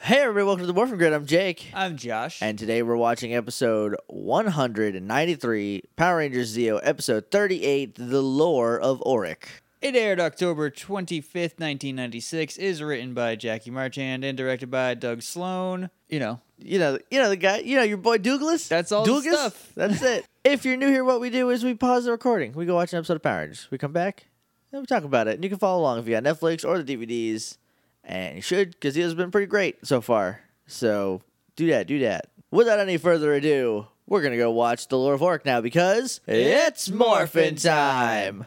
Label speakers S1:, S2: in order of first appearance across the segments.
S1: Hey everybody, welcome to the Morphin Grid. I'm Jake.
S2: I'm Josh.
S1: And today we're watching episode 193, Power Rangers Zeo, episode 38, The Lore of Auric.
S2: it aired October 25th, 1996. Is written by Jackie Marchand and directed by Doug Sloan. You know,
S1: You know, you know the guy, you know your boy Douglas.
S2: That's all the
S1: Douglas?
S2: stuff.
S1: That's it. if you're new here, what we do is we pause the recording. We go watch an episode of Power Rangers. We come back and we talk about it. And you can follow along if you got Netflix or the DVDs. And you should, because Zeo's been pretty great so far. So do that, do that. Without any further ado, we're gonna go watch The Lore of Auric now because it's Morphin time.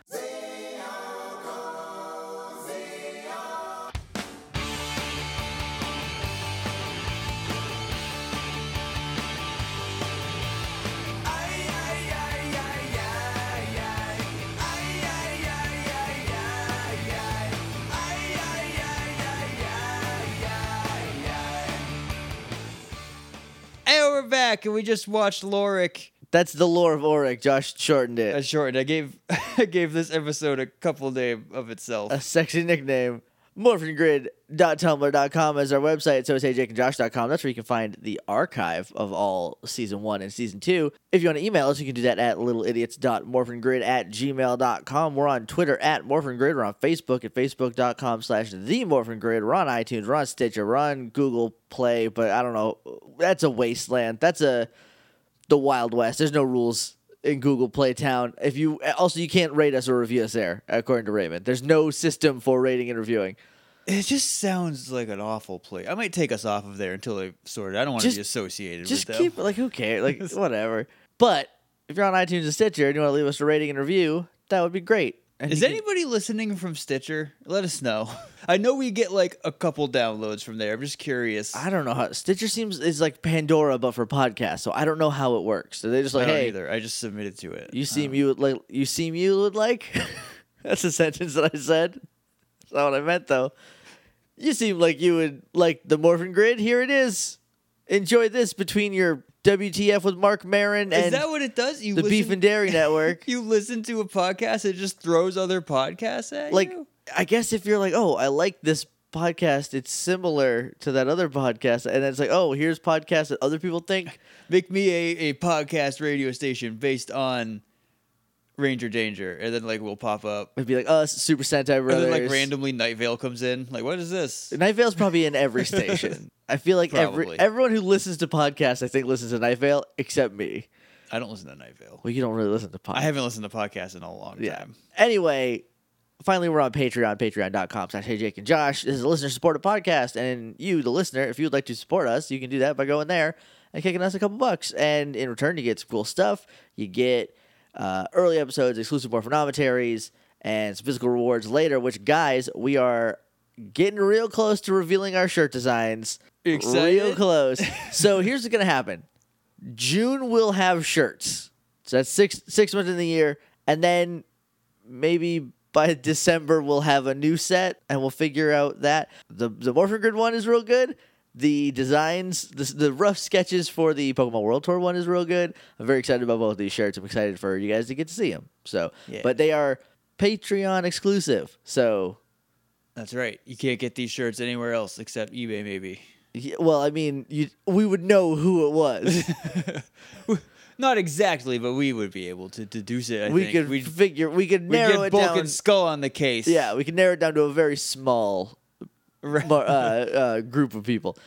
S2: hey, we're back, and we just watched Lorik.
S1: That's the lore of Auric. Josh shortened it.
S2: I shortened. I gave I gave this episode a couple name of itself.
S1: a sexy nickname. MorphinGrid.tumblr.com is our website. So it's heyjakeandjosh.com. That's where you can find the archive of all season one and season two. If you want to email us, you can do that at littleidiots.morphingrid at gmail.com. We're on Twitter at morphingrid. We're on Facebook at facebook.com slash the morphingrid. We're on iTunes. We're on Stitcher. We're on Google Play. But I don't know. That's a wasteland. That's a the Wild West. There's no rules in Google Play Town. If you also you can't rate us or review us there, according to Raymond. There's no system for rating and reviewing.
S2: It just sounds like an awful play. I might take us off of there until they sort it. I don't want
S1: Just-
S2: to be associated
S1: Just
S2: with them.
S1: keep like who cares? Like whatever. But if you're on iTunes and Stitcher and you want to leave us a rating and review, that would be great. And
S2: Is
S1: you can-
S2: anybody listening from Stitcher? Let us know. I know we get like a couple downloads from there. I'm just curious.
S1: I don't know how Stitcher seems is like Pandora but for podcasts, so I don't know how it works. So they just like,
S2: I don't
S1: hey,
S2: either. I just submitted to it.
S1: you seem you would like you seem you would like. That's a sentence that I said. That's not what I meant though. You seem like you would like the Morphin Grid. Here it is. Enjoy this between your WTF with Mark Marin
S2: Is
S1: and
S2: that what it does? You
S1: the Beef
S2: listen-
S1: and Dairy Network.
S2: You listen to a podcast, it just throws other podcasts at
S1: like,
S2: you.
S1: I guess if you're like, oh, I like this podcast. It's similar to that other podcast, and it's like, oh, here's podcasts that other people think.
S2: Make me a, a podcast radio station based on Ranger Danger, and then like we'll pop up,
S1: It'd be like us, Super Sentai
S2: and
S1: Brothers.
S2: then like randomly Night Vale comes in. Like, what is this?
S1: Night Vale's probably in every station. I feel like every
S2: Probably.
S1: everyone who listens to podcasts, I think listens to Night Vale, except me.
S2: I don't listen to Night Vale.
S1: Well, you don't really listen to podcasts.
S2: I haven't listened to podcasts in a long
S1: Yeah.
S2: time.
S1: Anyway, finally, we're on Patreon, patreon.com slash hey Jake and Josh. This is a listener supported podcast. And you, the listener, if you'd like to support us, you can do that by going there and kicking us a couple bucks. And in return, you get some cool stuff. You get uh, early episodes, exclusive morphonometaries, and some physical rewards later, which, guys, we are getting real close to revealing our shirt designs. Real
S2: Excited?
S1: close. so here's what's gonna happen. June will have shirts. So that's six six months in the year, and then maybe by December we'll have a new set, and we'll figure out that the the Morphin Grid one is real good. The designs, the, the rough sketches for the Pokemon World Tour one is real good. I'm very excited about both these shirts. I'm excited for you guys to get to see them. So,
S2: Yeah.
S1: but they are Patreon exclusive. So,
S2: That's right. You can't get these shirts anywhere else except eBay, maybe.
S1: y- well, I mean, you, we would know who it was.
S2: Not exactly, but we would be able to deduce it. I
S1: we
S2: think.
S1: could
S2: we'd,
S1: figure we could
S2: we'd
S1: narrow
S2: get
S1: it
S2: Bulk
S1: down.
S2: and Skull on the case.
S1: yeah, we could narrow it down to a very small
S2: Right.
S1: mar- uh, uh, group of people.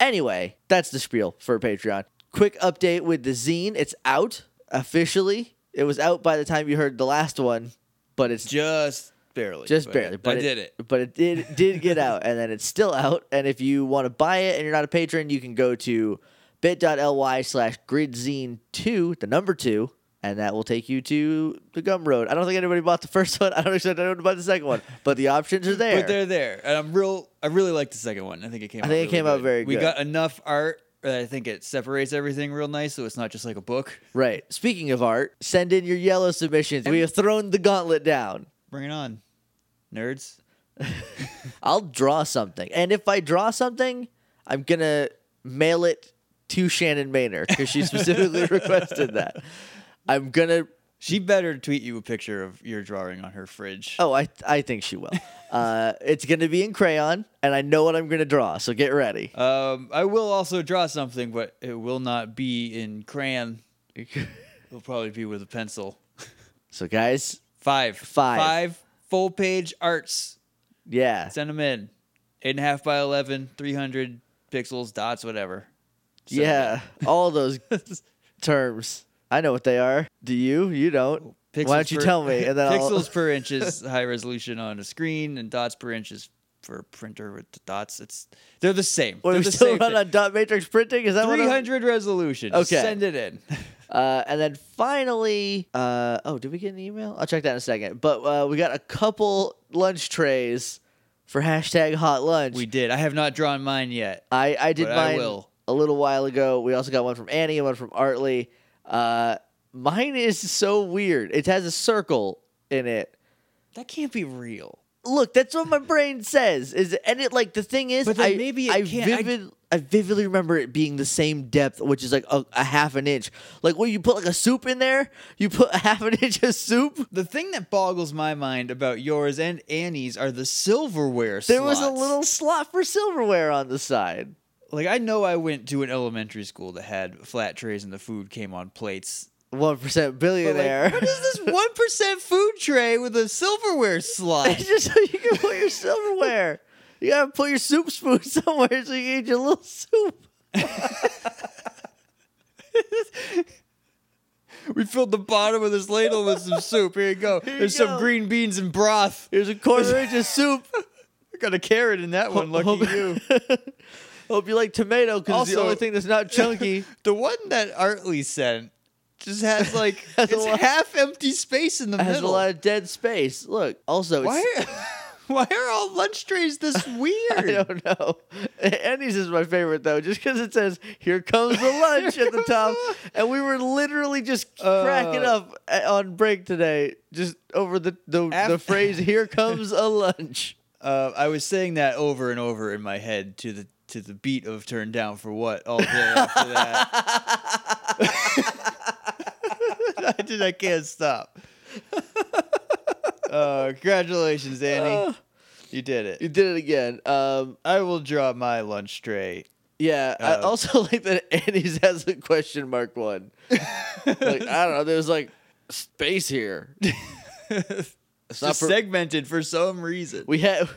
S1: Anyway, that's the spiel for Patreon. Quick update with the zine. It's out officially. It was out by the time you heard the last one, but it's
S2: just barely.
S1: just barely. But
S2: I did it.
S1: But it did did get out, and then it's still out. And if you want to buy it and you're not a patron, you can go to bit.ly slash gridzine2, the number two, and that will take you to the Gumroad. I don't think anybody bought the first one. I don't expect anyone to buy the second one, but the options are there.
S2: But they're there, and I'm real. I really like the second one. I think it came.
S1: I
S2: out
S1: think it
S2: really
S1: came out very
S2: We
S1: good.
S2: got enough art that I think it separates everything real nice, so it's not just like a book.
S1: right. Speaking of art, send in your yellow submissions. We have thrown the gauntlet down.
S2: Bring it on, nerds.
S1: I'll draw something. And if I draw something, I'm going to mail it to Shannon Maynard because she specifically requested that. I'm going to.
S2: She better tweet you a picture of your drawing on her fridge.
S1: Oh, I, I think she will. Uh, it's going to be in crayon, and I know what I'm going to draw, so get ready.
S2: Um, I will also draw something, but it will not be in crayon. It'll probably be with a pencil.
S1: so, guys,
S2: Five.
S1: Five.
S2: full page arts.
S1: yeah,
S2: Send them in. Eight and a half by 11, 300 pixels, dots, whatever. Send 'em
S1: yeah, all those terms. I know what they are. Do you? You don't.
S2: in.
S1: Why don't you
S2: per-
S1: tell me? And then
S2: pixels per inch is high resolution on a screen, and dots per inch is for printer with the dots. It's They're the same.
S1: I'll. Wait,
S2: they're
S1: we
S2: the
S1: still
S2: same
S1: run
S2: thing.
S1: on dot matrix printing? Is that what? I'm-
S2: 300 resolution. Just
S1: Okay.
S2: Send it in.
S1: Uh, and then finally, uh, oh, did we get an email? I'll check that in a second. But uh, we got a couple lunch trays for hashtag hot lunch.
S2: we did. I have not drawn mine yet.
S1: I, I did
S2: but I
S1: mine
S2: will.
S1: a little while ago. We also got one from Annie and one from Artley. Uh, mine is so weird. It has a circle in it.
S2: That can't be real.
S1: Look, that's what my brain says. Is and it like the thing is,
S2: But then
S1: I,
S2: maybe it
S1: I
S2: can't- I-
S1: vivid, I vividly remember it being the same depth, which is like a, a half an inch. Like when you put like a soup in there, you put a half an inch of soup.
S2: The thing that boggles my mind about yours and Annie's are the silverware
S1: There was a
S2: slots.
S1: little slot for silverware on the side.
S2: Like, I know I went to an elementary school that had flat trays and the food came on plates.
S1: One percent
S2: But, like,
S1: billionaire.
S2: what is this 1% food tray with a silverware slot?
S1: It's just so you can put your silverware. You gotta put your soup spoon somewhere so you can eat your little soup.
S2: We filled the bottom of this ladle with some soup. Here you go.
S1: you
S2: There's
S1: go.
S2: some green beans and broth.
S1: Here's a quarter inch of soup.
S2: Got a carrot in that one. Lucky
S1: hope-
S2: you.
S1: Hope you like tomato because it's the
S2: Also-
S1: only thing that's not chunky.
S2: The one that Artley sent just has like
S1: Has a
S2: it's
S1: lot-
S2: half empty space in the
S1: It has a
S2: middle.
S1: lot of dead space. Look, also, it's,
S2: why? Why are all lunch trays this weird?
S1: I don't know. Annie's is my favorite though, just because it says "Here comes the lunch" at the top, and we were literally just cracking
S2: Uh,
S1: up a- on break today, just over the the, the
S2: Af-
S1: phrase "Here comes a lunch."
S2: Uh, I was saying that over and over in my head to the to the beat of "Turn Down for What" all day after that. I did. I can't stop. Uh, congratulations, Annie. you did it.
S1: You did it again. Um,
S2: I will draw my lunch tray.
S1: yeah, I
S2: Uh,
S1: also like that Annie's has a question mark one. like I don't know, there's like space here.
S2: it's
S1: It's not
S2: just
S1: for-
S2: segmented for some reason.
S1: we had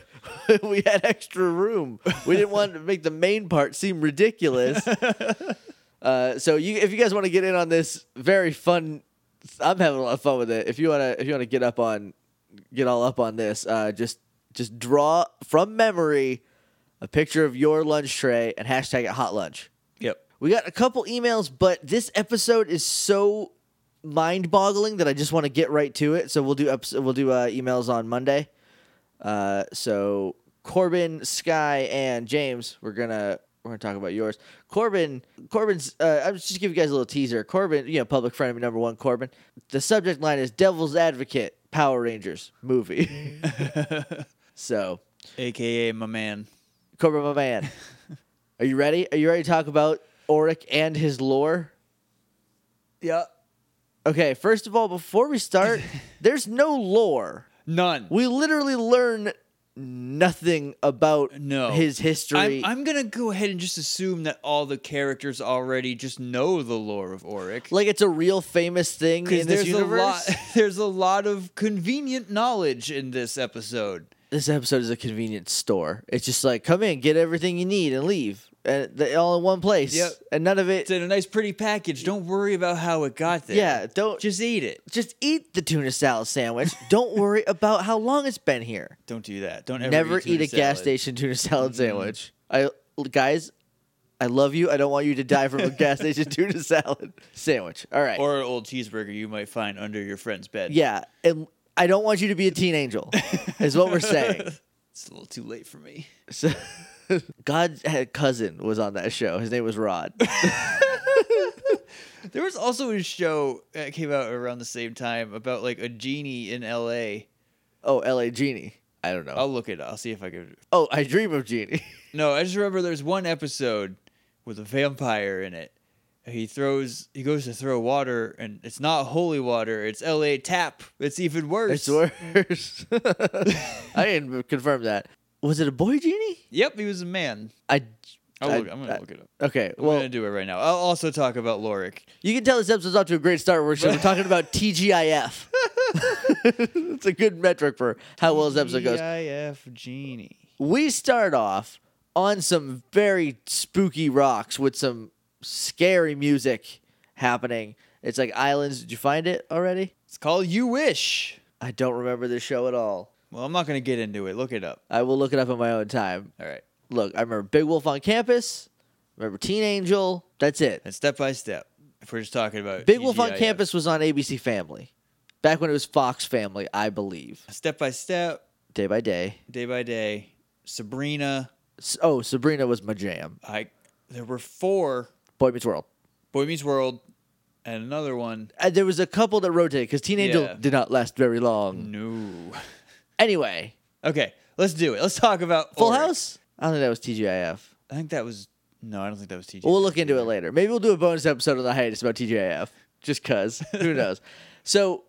S1: we had extra room. We didn't want to make the main part seem ridiculous. Uh, so you, if you guys want to get in on this very fun, I'm having a lot of fun with it. If you wanna, if you wanna get up on, get all up on this, uh, just just draw from memory a picture of your lunch tray and hashtag it hot lunch.
S2: Yep.
S1: We got a couple emails, but this episode is so mind-boggling that I just want to get right to it. So we'll do episode, we'll do uh, emails on Monday. Uh, so Corbin, Sky, and James, we're gonna we're gonna talk about yours. Corbin, Corbin's. Uh, I'm just give you guys a little teaser. Corbin, you know, public enemy number one. Corbin. The subject line is Devil's Advocate, Power Rangers movie. so
S2: AKA my man.
S1: Corbin, my man, are you ready? Are you ready to talk about Oric and his lore?
S2: Yep.
S1: Okay, first of all, before we start, there's no lore.
S2: None.
S1: We literally learn nothing about
S2: No.
S1: his history.
S2: I'm, I'm gonna go ahead and just assume that all the characters already just know the lore of Auric.
S1: like it's a real famous thing in
S2: Because
S1: this
S2: there's
S1: universe.
S2: a lot, there's a lot of convenient knowledge in this episode.
S1: This episode is a convenience store. It's just like come in, get everything you need, and leave, and they all in one place.
S2: Yep.
S1: And none of it.
S2: It's in a nice, pretty package. Don't worry about how it got there.
S1: yeah, don't just
S2: just eat it.
S1: just eat the tuna salad sandwich. don't worry about how long it's been here.
S2: Don't do that. Don't ever
S1: Never
S2: eat, tuna
S1: eat a gas
S2: salad. Mm-hmm.
S1: station tuna salad sandwich. I guys, I love you. I don't want you to die from a gas station tuna salad sandwich. All right.
S2: or an old cheeseburger you might find under your friend's bed.
S1: yeah, and I don't want you to be a teen angel. is what we're saying.
S2: it's a little too late for me.
S1: So, God's uh, cousin was on that show. His name was Rod.
S2: There was also a show that came out around the same time about like a genie in L.A.
S1: Oh, L.A. Genie. I don't know.
S2: I'll look it. up. I'll see if I can
S1: oh, I dream of Genie.
S2: No, I just remember there's one episode with a vampire in it, he throws he goes to throw water and it's not holy water it's la tap it's even
S1: It's
S2: worse
S1: worse. I didn't confirm that. Was it a boy genie?
S2: yep he was a man
S1: I.
S2: I'll
S1: I-
S2: look, i'm gonna
S1: I-
S2: look it up
S1: Okay.
S2: i'm
S1: Well,
S2: gonna do it right now i'll also talk about lorik
S1: you can tell this episode's off to a great start. We're, we're talking about TGIF. it's a good metric for how well this episode goes.
S2: GIF E genie
S1: we start off on some very spooky rocks with some scary music happening. It's like islands. Did you find it already?
S2: it's called you wish
S1: I don't remember this show at all.
S2: well i'm not gonna get into it look it up
S1: I will look it up on my own time.
S2: all right
S1: Look, I remember Big Wolf on Campus. Remember Teen Angel. That's it.
S2: and step by step if we're just talking about E
S1: Big Wolf on
S2: TGIF.
S1: Campus was on ABC Family. Back when it was Fox Family, I believe.
S2: step by step
S1: Day by day.
S2: day by day sabrina
S1: S- Oh, Sabrina was my jam.
S2: i there were four
S1: Boy Meets World.
S2: boy meets world and another one
S1: Uh, there was a couple that rotated because Teen Angel
S2: Yeah. Mm.
S1: did not last very long.
S2: no
S1: Anyway,
S2: Okay, let's do it. Let's talk about
S1: Full
S2: Ulrich.
S1: House? I don't think that was TGIF.
S2: I think that was no. I don't think that was TJ.
S1: We'll look into it later. Maybe we'll do a bonus episode on the hiatus about TGIF. Just cuz. Who knows? So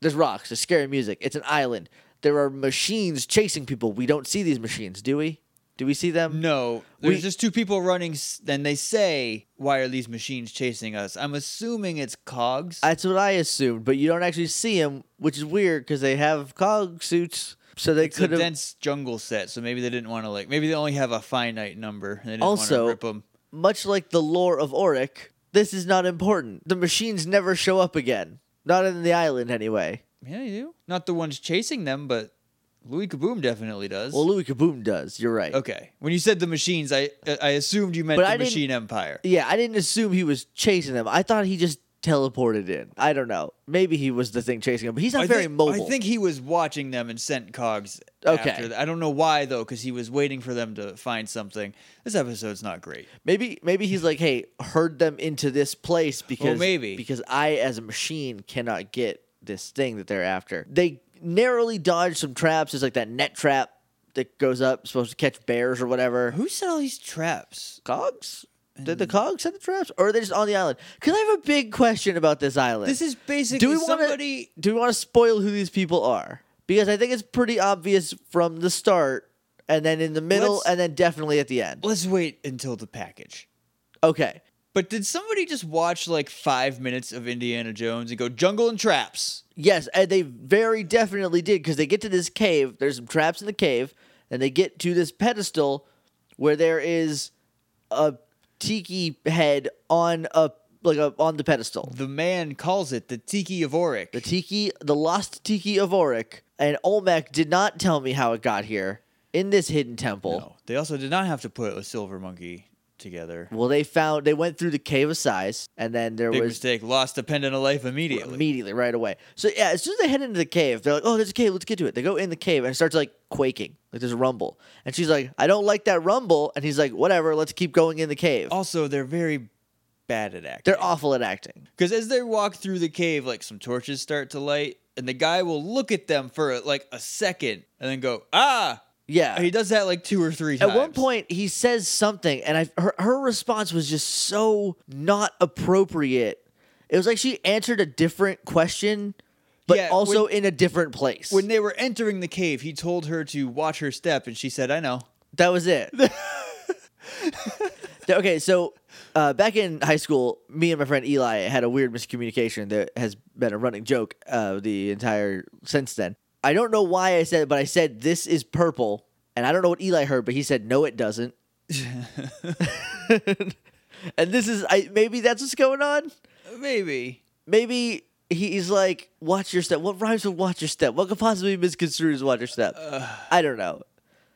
S1: there's rocks, there's scary music, it's an island. There are machines chasing people. We don't see these machines, do we? Do we see them?
S2: No, there's
S1: We-
S2: just two people running. s- Then they say, "Why are these machines chasing us?" I'm assuming it's cogs.
S1: That's what I assumed, but you don't actually see them, which is weird because they have cog suits. So they
S2: it's a
S1: could have.
S2: dense jungle set, so maybe they didn't want to like. Maybe they only have a finite number. And they didn't
S1: Also-
S2: want to rip them.
S1: much like the lore of Oric, this is not important. The machines never show up again. Not in the island, anyway.
S2: Yeah, you do. Not the ones chasing them, but Louis Kaboom definitely does.
S1: Well, Louis Kaboom does. You're right.
S2: okay. When you said the machines, I I assumed you meant
S1: But
S2: the
S1: I didn't-
S2: machine empire.
S1: Yeah, I didn't assume he was chasing them. I thought he just teleported in. I don't know. Maybe he was the thing chasing him, but he's not
S2: I
S1: very
S2: think,
S1: mobile.
S2: I think he was watching them and sent cogs.
S1: Okay.
S2: After that. I don't know why though, because he was waiting for them to find something. This episode's not great.
S1: maybe maybe he's like, hey, herd them into this place because
S2: maybe.
S1: because I as a machine cannot get this thing that they're after. They narrowly dodge some traps. There's like that net trap that goes up, supposed to catch bears or whatever.
S2: Who set all these traps?
S1: Cogs? Did the cogs set the traps, or are they just on the island? Because I have a big question about this island.
S2: This is basically
S1: do we want
S2: somebody.
S1: to do we want to spoil who these people are? Because I think it's pretty obvious from the start, and then in the middle,
S2: Let's-
S1: and then definitely at the end.
S2: Let's wait until the package.
S1: Okay,
S2: But did somebody just watch like five minutes of Indiana Jones and go jungle and traps?
S1: yes, and they very definitely did because they get to this cave. There's some traps in the cave, and they get to this pedestal where there is a tiki head on a like a on the pedestal.
S2: The man calls it the Tiki of Oric.
S1: The tiki, the lost tiki of Oric, and Olmec did not tell me how it got here in this hidden temple.
S2: no, they also did not have to put a silver monkey together.
S1: Well, they found they went through the cave of size, and then there
S2: Big
S1: was
S2: mistake. Lost a pendant of life immediately.
S1: immediately right away. So yeah, as soon as they head into the cave, they're like, "Oh, there's a cave. Let's get to it." They go in the cave, and it starts like quaking, like there's a rumble, and she's like, "I don't like that rumble," and he's like, "Whatever, let's keep going in the cave."
S2: Also, they're very bad at acting.
S1: They're awful at acting.
S2: Because as they walk through the cave, like some torches start to light, and the guy will look at them for like a second and then go, ah!
S1: Yeah,
S2: He does that like two or three times.
S1: At one point, he says something, and I her, her response was just so not appropriate. It was like she answered a different question, but
S2: Yeah,
S1: also in a different place.
S2: when they were entering the cave, he told her to watch her step, and she said, I know.
S1: that was it. okay, so uh, back in high school, me and my friend Eli had a weird miscommunication that has been a running joke uh, the entire since then. I don't know why I said it, but I said this is purple, and I don't know what Eli heard, but he said no, it doesn't. and this is I maybe that's what's going on.
S2: Maybe.
S1: Maybe he's like, watch your step. What rhymes with watch your step? What could possibly be misconstrued as watch your step? I don't know.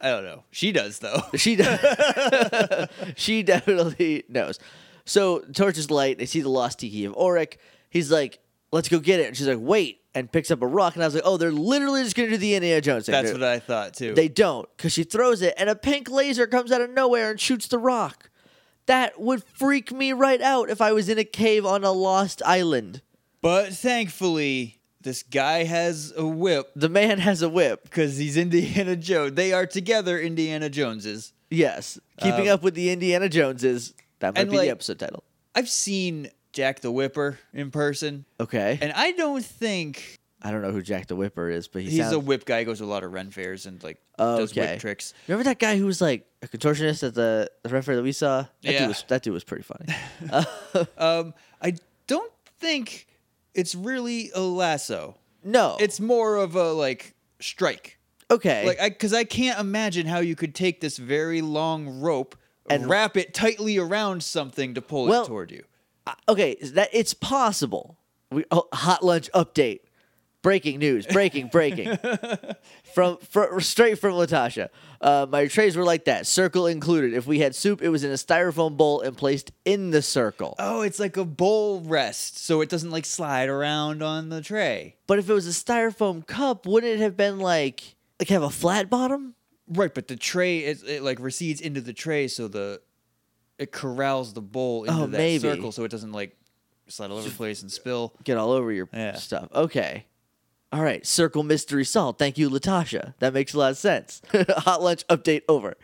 S2: I don't know. She does, though.
S1: She de- she definitely knows. So torches light. They see the lost tiki of Oric. He's like, "Let's go get it." And she's like, "Wait!" and picks up a rock. And I was like, "Oh, they're literally just gonna do the Indiana Jones thing."
S2: That's
S1: They're-
S2: what I thought, too.
S1: they don't, because she throws it, and a pink laser comes out of nowhere and shoots the rock. That would freak me right out if I was in a cave on a lost island.
S2: but thankfully, this guy has a whip
S1: The man has a whip.
S2: because he's Indiana Jones. They are together, Indiana Joneses.
S1: Yes, keeping
S2: Um,
S1: up with the Indiana Joneses. That might
S2: and,
S1: be
S2: like-
S1: the episode title.
S2: I've seen Jack the Whipper in person,
S1: Okay.
S2: and I don't think
S1: I don't know who Jack the Whipper is, but he
S2: he's
S1: sounds.
S2: a whip guy. He goes to a lot of ren fairs and like does
S1: Okay.
S2: whip tricks.
S1: Remember that guy who was like a contortionist at the, the referee that we saw? That
S2: Yeah.
S1: Dude was, that dude was pretty funny. Uh,
S2: Um, I don't think it's really a lasso.
S1: no.
S2: It's more of a like strike.
S1: okay.
S2: Like I cuz I can't imagine how you could take this very long rope
S1: And-
S2: and wrap it tightly around something to pull
S1: Well-
S2: it toward you.
S1: Uh, okay, is that it's possible. We oh, hot lunch update. Breaking news. Breaking. Breaking. from, fr straight from Latasha. Uh, my trays were like that, circle included. If we had soup, it was in a styrofoam bowl and placed in the circle.
S2: Oh, it's like a bowl rest so it doesn't like slide around on the tray.
S1: But if it was a styrofoam cup, wouldn't it have been like like have a flat bottom?
S2: Right, but the tray is it like recedes into the tray so the it corrals the bowl into
S1: Oh,
S2: that
S1: maybe.
S2: circle so it doesn't like slide all over the place and spill.
S1: Get all over your
S2: Yeah.
S1: stuff. Okay. All right. Circle mystery solved. Thank you, Latasha. That makes a lot of sense. Hot lunch update over.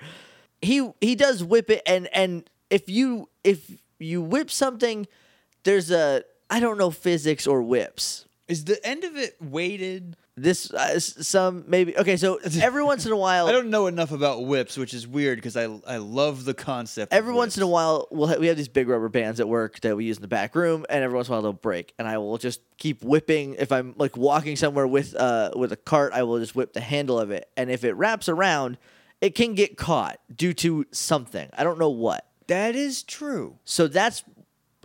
S1: He he does whip it and and if you if you whip something, there's a I don't know physics or whips.
S2: Is the end of it weighted?
S1: This uh, s- some maybe okay. So every once in a while,
S2: I don't know enough about whips, which is weird because I I love the concept.
S1: every once in a while we'll ha- we have these big rubber bands at work that we use in the back room and every once in a while they'll break and i will just keep whipping if i'm like walking somewhere with uh with a cart i will just whip the handle of it and if it wraps around it can get caught due to something i don't know what
S2: that is true.
S1: so that's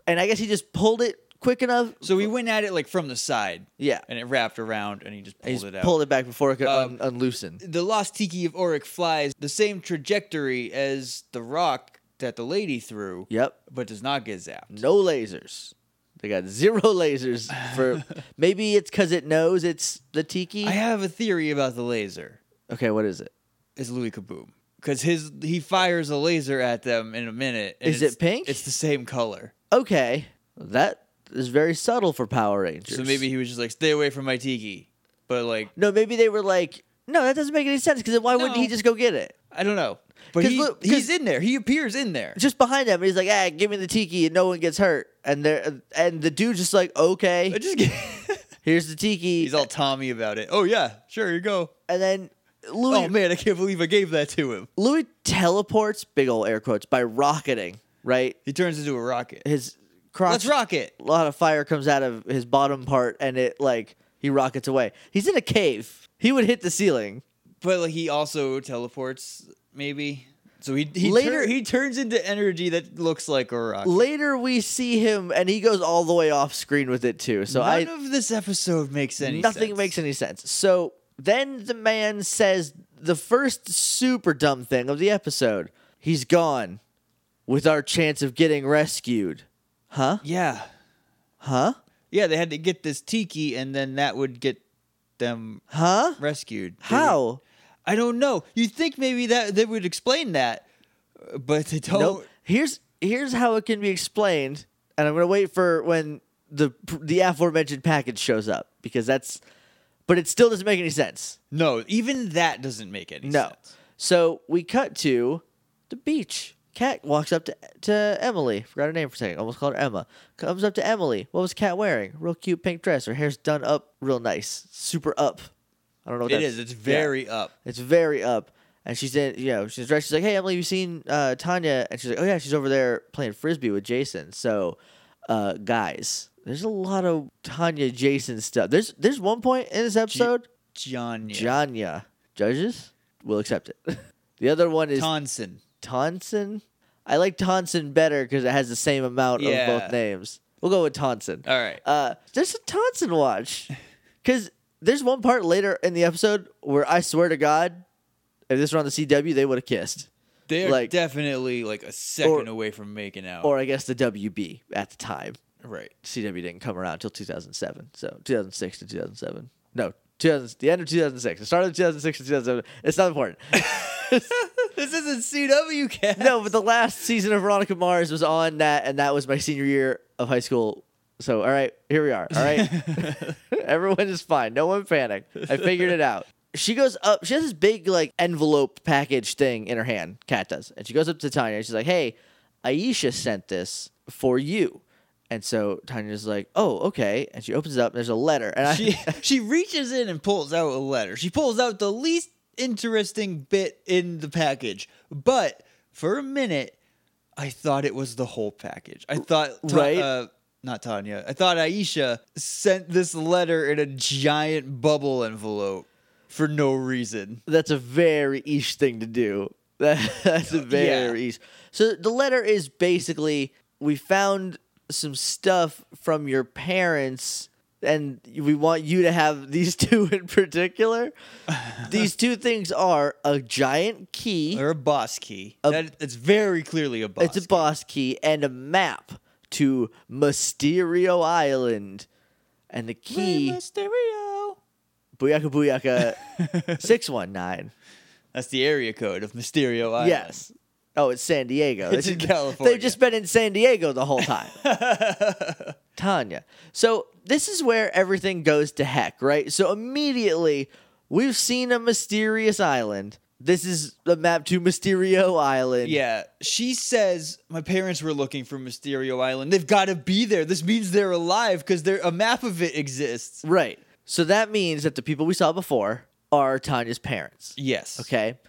S1: and i guess he just pulled it quick enough
S2: So he went at it like from the side,
S1: yeah
S2: and it wrapped around, and he just
S1: and
S2: pulled
S1: he's
S2: it out.
S1: pulled it back before it could
S2: Um,
S1: un- unloosen
S2: the lost tiki of Oric flies the same trajectory as the rock that the lady threw,
S1: yep
S2: but does not get zapped.
S1: no lasers they got zero lasers for maybe it's because it knows it's the tiki
S2: I have a theory about the laser.
S1: okay what is it
S2: It's Louis Kaboom because his he fires a laser at them in a minute. and
S1: Is it
S2: it's-
S1: pink?
S2: It's the same color.
S1: okay, that is very subtle for Power Rangers.
S2: So maybe he was just like, "Stay away from my tiki," but like
S1: no, maybe they were like, no, that doesn't make any sense because why wouldn't he
S2: No.
S1: just go get it?
S2: I don't know. But
S1: 'Cause
S2: he,
S1: look, 'cause-
S2: he's in there. He appears in there.
S1: Just behind him, and he's like, ah, give me the tiki, and no one gets hurt. And there, and the dude's just like,
S2: I
S1: okay,
S2: just get-
S1: here's the tiki.
S2: he's all Tommy about it. Oh yeah, sure you go.
S1: and then Louis,
S2: Oh man, I can't believe I gave that to him.
S1: Louis teleports, big old air quotes, by rocketing. Right,
S2: He turns into a rocket.
S1: his crotch.
S2: Let's rock it.
S1: A lot of fire comes out of his bottom part, and it like he rockets away. He's in a cave. He would hit the ceiling.
S2: But like, he also teleports, maybe. So he, he
S1: Later-
S2: later he turns into energy that looks like a rocket.
S1: later we see him and he goes all the way off screen with it too. So
S2: None
S1: I
S2: of this episode makes any
S1: nothing
S2: sense.
S1: makes any sense. So then the man says the first super dumb thing of the episode. He's gone with our chance of getting rescued. Huh?
S2: Yeah,
S1: Huh?
S2: yeah. They had to get this tiki, and then that would get them
S1: Huh?
S2: rescued. They would-
S1: How?
S2: I don't know. You'd think maybe that they would explain that, uh, but they don't.
S1: Nope. Here's here's how it can be explained, and I'm gonna wait for when the the aforementioned package shows up because that's, but it still doesn't make any sense.
S2: No, even that doesn't make any
S1: No.
S2: sense.
S1: So we cut to the beach. Kat walks up to, to Emily. Forgot her name for a second. Almost called her Emma. Comes up to Emily. What was Kat wearing? Real cute pink dress. Her hair's done up real nice. Super up. I don't know what
S2: It
S1: that's-
S2: is. It's
S1: yeah.
S2: very up.
S1: It's very up. And she's in, you know, she's dressed. She's like, hey, Emily, you seen uh, Tanya? And she's like, oh, yeah, she's over there playing frisbee with Jason. So, uh, guys, there's a lot of Tanya Jason stuff. There's there's one point in this episode,
S2: John
S1: Janya. Judges will accept it. the other one is
S2: Tonson.
S1: Tonson. I like Tonson better because it has the same amount of
S2: Yeah.
S1: both names. We'll go with Tonson.
S2: All right.
S1: Uh, there's a Tonson watch because there's one part later in the episode where I swear to God, if this were on the CW, they would have kissed,
S2: They're
S1: like-
S2: definitely like a second away from making out.
S1: or I guess the WB at the time.
S2: right.
S1: CW didn't come around until 2007. So 2006 to 2007. No, 2000, the end of 2006. It started in 2006 to 2007. It's not important.
S2: This isn't CW cat.
S1: no, but the last season of Veronica Mars was on that, and that was my senior year of high school. So, all right, here we are. All right, everyone is fine. No one panic. I figured it out. She goes up. She has this big like envelope package thing in her hand. Kat does, and she goes up to Tanya. And she's like, "Hey, Aisha sent this for you. And so Tanya's like, oh, okay. And she opens it up, and there's a letter. And I,
S2: She she reaches in and pulls out a letter. She pulls out the least interesting bit in the package. But for a minute, I thought it was the whole package. I thought Ta-
S1: right?
S2: uh, not Tanya. I thought Aisha sent this letter in a giant bubble envelope for no reason.
S1: that's a very Ish thing to do. That, that's a very Ish. So the letter is basically we found some stuff from your parents, and we want you to have these two in particular. these two things are a giant key,
S2: Or a boss key. that, it's very clearly a boss.
S1: it's a boss key, and a map to Mysterio Island. And the
S2: key.
S1: key, Booyaka Booyaka 619.
S2: That's the area code of Mysterio Island.
S1: Yes. Oh, it's San Diego.
S2: It's
S1: They-
S2: in California.
S1: They've just been in San Diego the whole time. Tanya. So this is where everything goes to heck, right? So immediately we've seen a mysterious island. This is the map to Mysterio Island.
S2: Yeah, she says my parents were looking for Mysterio Island. They've got to be there. This means they're alive because there a map of it exists.
S1: Right. So that means that the people we saw before are Tanya's parents.
S2: Yes.
S1: Okay.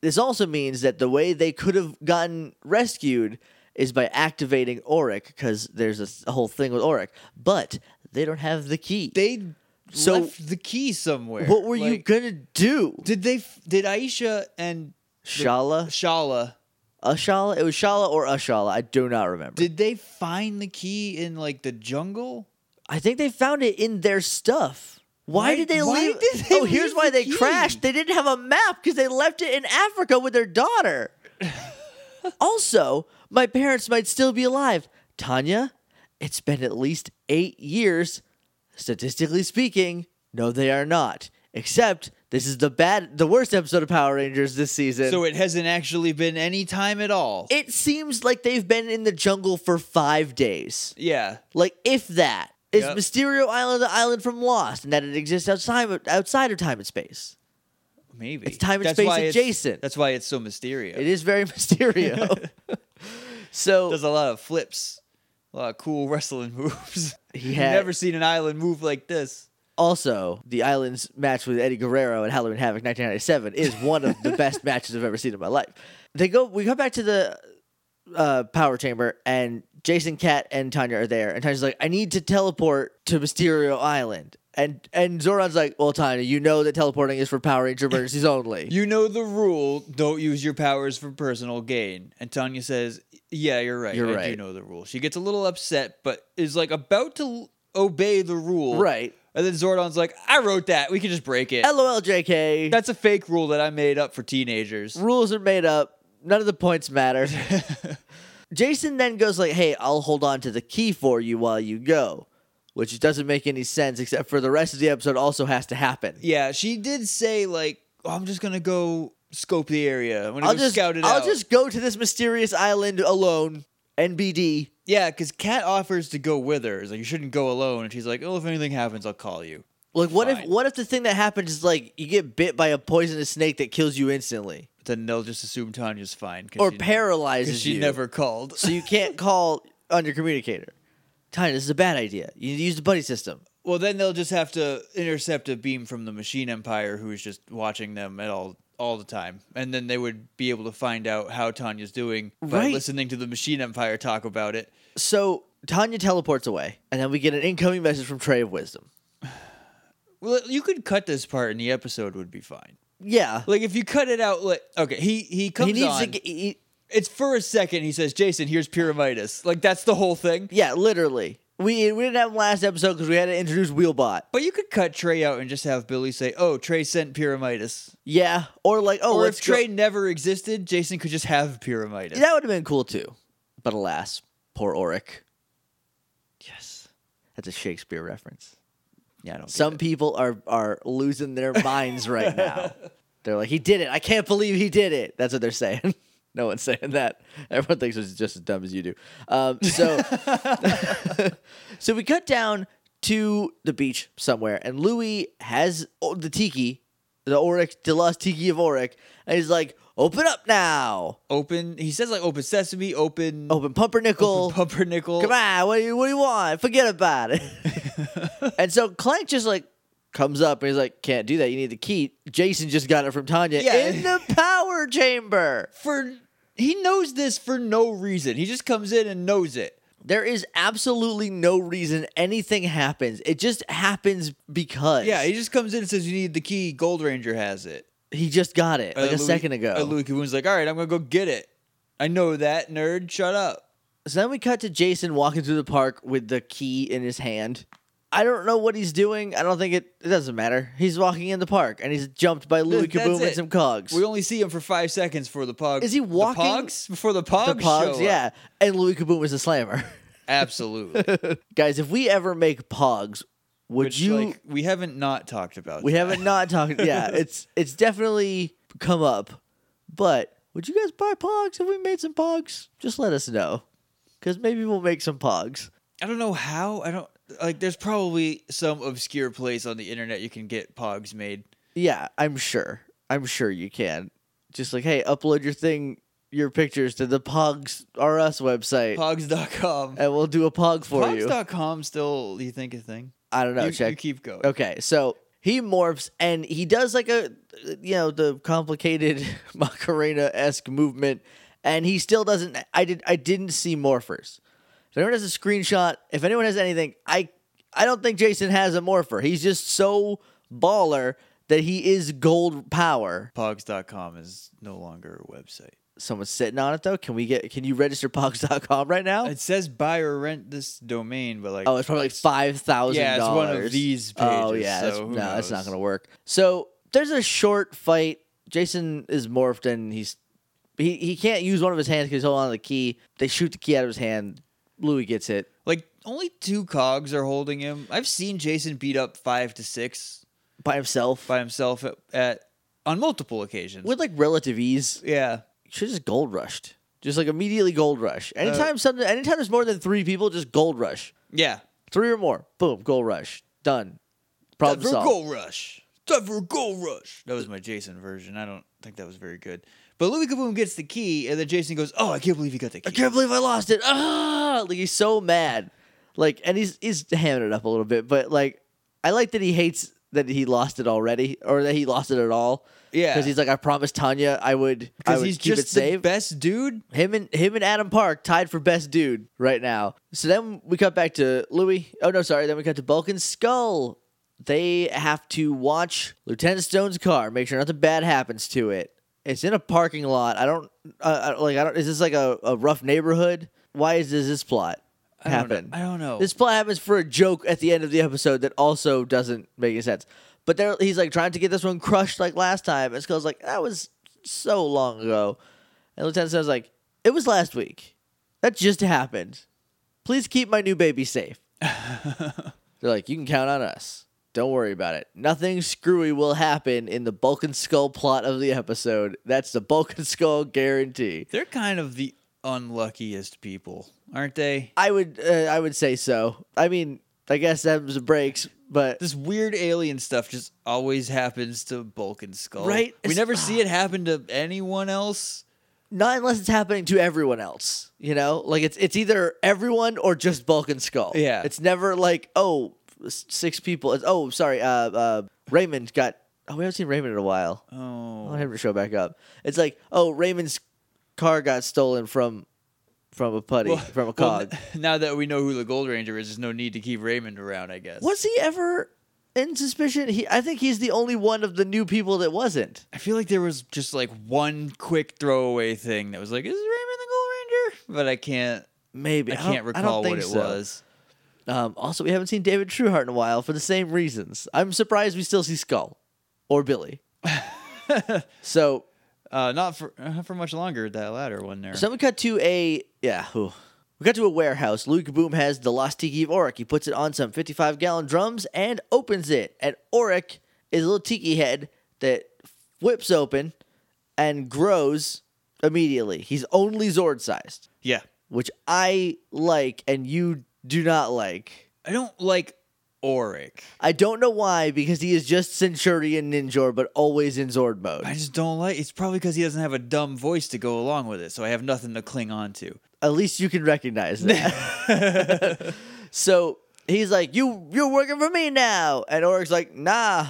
S1: This also means that the way they could have gotten rescued is by activating Auric because there's a, th- a whole thing with Auric, but they don't have the key.
S2: They
S1: So-
S2: left the key somewhere.
S1: what were you
S2: Like,
S1: gonna do,
S2: Did they? f- Did Aisha and
S1: Shala?
S2: Shala?
S1: Ashala? It was Shala or Ashala. I do not remember.
S2: Did they find the key in like the jungle?
S1: I think they found it in their stuff. Why
S2: Why-
S1: did they
S2: why
S1: leave?
S2: did they
S1: oh, here's
S2: leave
S1: why
S2: the
S1: they
S2: key?
S1: crashed. They didn't have a map because they left it in Africa with their daughter. also, my parents might still be alive. Tanya, it's been at least eight years. Statistically speaking, no, they are not. Except this is the bad, the worst episode of Power Rangers this season.
S2: So it hasn't actually been any time at all.
S1: it seems like they've been in the jungle for five days.
S2: yeah.
S1: Like if that is
S2: Yep.
S1: Mysterio Island the island from Lost, and that it exists outside of, outside of time and space.
S2: Maybe
S1: It's time and
S2: That's
S1: space
S2: why it's-
S1: adjacent.
S2: That's why it's so mysterious.
S1: It is very Mysterio. so
S2: does a lot of flips, a lot of cool wrestling moves. You've
S1: had-
S2: never seen an island move like this.
S1: also the island's match with Eddie Guerrero at Halloween Havoc 1997 is one of the best matches I've ever seen in my life. They go we go back to the uh, power chamber and Jason Cat and Tanya are there and Tanya's like I need to teleport to Mysterio Island. And and Zoran's like, "Well, Tanya, you know that teleporting is for Power Ranger emergencies only."
S2: You know the rule: don't use your powers for personal gain. And Tanya says, "Yeah, you're right.
S1: You're
S2: I do
S1: right.
S2: know the rule." She gets a little upset, but is like about to l- obey the rule.
S1: right.
S2: And then Zordon's like, "I wrote that. We can just break it.
S1: LOL, JK.
S2: That's a fake rule that I made up for teenagers."
S1: rules are made up. None of the points matter. Jason then goes like, "Hey, I'll hold on to the key for you while you go," which doesn't make any sense except for the rest of the episode also has to happen.
S2: Yeah, she did say like, "Oh, "I'm just gonna go scope the area. I'm gonna
S1: I'll
S2: go
S1: just
S2: scout it
S1: I'll
S2: out."
S1: just go to this mysterious island alone. NBD.
S2: Yeah, because Kat offers to go with her. It's like, you shouldn't go alone. And she's like, oh, if anything happens, I'll call you.
S1: Like, what if
S2: Fine.
S1: what if the thing that happens is like you get bit by a poisonous snake that kills you instantly
S2: But then they'll just assume Tanya's fine. 'cause
S1: or
S2: she, 'cause
S1: paralyzes
S2: she
S1: you?
S2: never called.
S1: so you can't call on your communicator. Tiny, this is a bad idea. You need to use the buddy system.
S2: well, then they'll just have to intercept a beam from the Machine Empire who is just watching them at all all the time. And then they would be able to find out how Tanya's doing by
S1: Right.
S2: listening to the Machine Empire talk about it.
S1: So Tanya teleports away, and then we get an incoming message from Trey of Wisdom.
S2: Well, you could cut this part and the episode would be fine.
S1: Yeah,
S2: Like if you cut it out, like okay, he he comes
S1: he needs
S2: on.
S1: to. Get, he-
S2: it's for a second. He says, "Jason, here's pyramitis." Like that's the whole thing.
S1: yeah, literally. We we didn't have him last episode because we had to introduce Wheelbot.
S2: But you could cut Trey out and just have Billy say, "Oh, Trey sent Pyramitis."
S1: Yeah, or like oh,
S2: Or
S1: let's
S2: if
S1: go-
S2: Trey never existed, Jason could just have Pyramitis.
S1: that would have been cool too, but alas, poor Oric.
S2: Yes.
S1: That's a Shakespeare reference.
S2: Yeah, I don't.
S1: Some people are are losing their minds right now. They're like, he did it. I can't believe he did it. That's what they're saying. no one's saying that. Everyone thinks it's just as dumb as you do. Um, so, so we cut down to the beach somewhere, and Louis has o- the tiki, the Oric Deluxe tiki of Oric, and he's like, open up now.
S2: Open. He says like open sesame, open,
S1: Open pumpernickel.
S2: open pumpernickel.
S1: Oh, Come on, what do you what do you want? Forget about it. and so Clank just like comes up and he's like, Can't do that, you need the key. Jason just got it from Tanya
S2: Yeah.
S1: in the power chamber.
S2: For he knows this for no reason. He just comes in and knows it.
S1: There is absolutely no reason anything happens. It just happens because
S2: Yeah, he just comes in and says you need the key. Gold Ranger has it.
S1: he just got it like
S2: Uh,
S1: a
S2: Louis-
S1: second ago.
S2: Uh, Louis Caboon's like, all right, I'm gonna go get it. I know that nerd. Shut up.
S1: So then we cut to Jason walking through the park with the key in his hand. I don't know what he's doing. I don't think it. It doesn't matter. He's walking in the park and he's jumped by Louis
S2: That's
S1: Kaboom and
S2: it.
S1: some cogs.
S2: We only see him for five seconds for the pug.
S1: Is he walking-
S2: The pogs? Before the pogs.
S1: the
S2: show
S1: pogs,
S2: up.
S1: yeah, and Louis Kaboom was a slammer.
S2: absolutely.
S1: Guys, if we ever make pogs, would
S2: Which,
S1: you?
S2: like, we haven't not talked about.
S1: we
S2: that.
S1: haven't not talked. Yeah, it's it's definitely come up. But would you guys buy pogs if we made some pogs? Just let us know, because maybe we'll make some pogs.
S2: I don't know how. I don't like. There's probably some obscure place on the internet you can get pogs made.
S1: Yeah, I'm sure. I'm sure you can. Just like, hey, upload your thing, your pictures to the Pogs R Us website,
S2: Pogs.com.
S1: and we'll do a Pog for you.
S2: Pogs.com still you think a thing?
S1: I don't know.
S2: you,
S1: check.
S2: you keep going.
S1: okay, so he morphs and he does like a, you know, the complicated Macarena esque movement, and he still doesn't. I did. I didn't see morphers. If anyone has a screenshot, if anyone has anything, I I don't think Jason has a morpher. He's just so baller that he is gold power.
S2: Pogs.com is no longer a website.
S1: someone's sitting on it though. Can we get can you register pogs.com right now?
S2: It says buy or rent this domain, but like
S1: oh, it's probably like five thousand
S2: Yeah, it's one of these
S1: Oh
S2: pages,
S1: yeah,
S2: so
S1: that's-
S2: who
S1: no, that's not
S2: knows?
S1: gonna work. So there's a short fight. Jason is morphed and he's he, he can't use one of his hands because he's holding on to the key. They shoot the key out of his hand. Louis gets it.
S2: like only two cogs are holding him. I've seen Jason beat up five to six
S1: By himself
S2: by himself at, at on multiple occasions.
S1: with like relative ease.
S2: yeah,
S1: Should just gold rushed. Just like immediately gold
S2: Uh,
S1: rush. Anytime something anytime there's more than three people, just gold rush.
S2: yeah.
S1: Three or more. Boom, gold rush. Done.
S2: Time
S1: Problem
S2: for a
S1: solved.
S2: goal rush. Time for a goal rush. That was my Jason version. I don't think that was very good. But Louis Kaboom gets the key, and then Jason goes, "Oh, I can't believe he got the
S1: I
S2: key."
S1: can't believe I lost it. Ah, like he's so mad. Like, and he's he's hamming it up a little bit, but like, I like that he hates that he lost it already, or that he lost it at all.
S2: Yeah.
S1: because he's like, I promised Tanya I would, I
S2: Because
S1: would
S2: he's
S1: keep
S2: just
S1: it
S2: the
S1: safe.
S2: best dude.
S1: him and him and Adam Park tied for best dude right now. So then we cut back to Louis. Oh no, sorry. Then we cut to Bulk and Skull. They have to watch Lieutenant Stone's car, make sure nothing bad happens to it. It's in a parking lot. I don't uh, I don't- like. I don't. Is this like a, a rough neighborhood? Why is this this plot
S2: I don't know-
S1: happen?
S2: I don't know.
S1: This plot happens for a joke at the end of the episode that also doesn't make any sense. But there, he's like trying to get this one crushed like last time. And Skull's like, that was so long ago. And Lieutenant Stone's like, it was last week. That just happened. Please keep my new baby safe. They're like, you can count on us. Don't worry about it. Nothing screwy will happen in the Bulk and Skull plot of the episode. That's the Bulk and Skull guarantee.
S2: They're kind of the unluckiest people, aren't they?
S1: I would, uh, I would say so. I mean, I guess that was the breaks, but
S2: This weird alien stuff just always happens to Bulk and Skull.
S1: Right?
S2: We
S1: It's-
S2: never see it happen to anyone else.
S1: not unless it's happening to everyone else. You know, like it's it's either everyone or just Bulk and Skull.
S2: Yeah.
S1: it's never like oh s- six people. It's, oh, sorry, uh, uh, Raymond got. Oh, we haven't seen Raymond in a while. I want
S2: Oh.
S1: him to show back up. It's like oh, Raymond's car got stolen from from a putty from a
S2: well,
S1: cog.
S2: n- now that we know who the Gold Ranger is, there's no need to keep Raymond around, I guess.
S1: Was he ever in suspicion? He, I think he's the only one of the new people that wasn't.
S2: I feel like there was just like one quick throwaway thing that was like, is Raymond the Gold Ranger? But I can't
S1: Maybe
S2: I
S1: don't-
S2: can't
S1: I don't
S2: recall what
S1: think
S2: it
S1: so.
S2: was.
S1: Um, also, we haven't seen David Trueheart in a while for the same reasons. I'm surprised we still see Skull or Billy. so,
S2: Uh, not for not for much longer. That latter one there.
S1: so we cut to a yeah, whew. we got to a warehouse. Louis Kaboom has the lost tiki of Oric. He puts it on some 55 gallon drums and opens it. And Oric is a little tiki head that whips open and grows immediately. He's only Zord sized,
S2: yeah,
S1: which I like and you do not like.
S2: I don't like Oric.
S1: I don't know why, because he is just Centurion Ninjor, but always in Zord mode.
S2: I just don't like. It's probably because he doesn't have a dumb voice to go along with it, so I have nothing to cling on to.
S1: At least you can recognize that. so he's like, "You, you're working for me now," and Oric's like, "Nah,"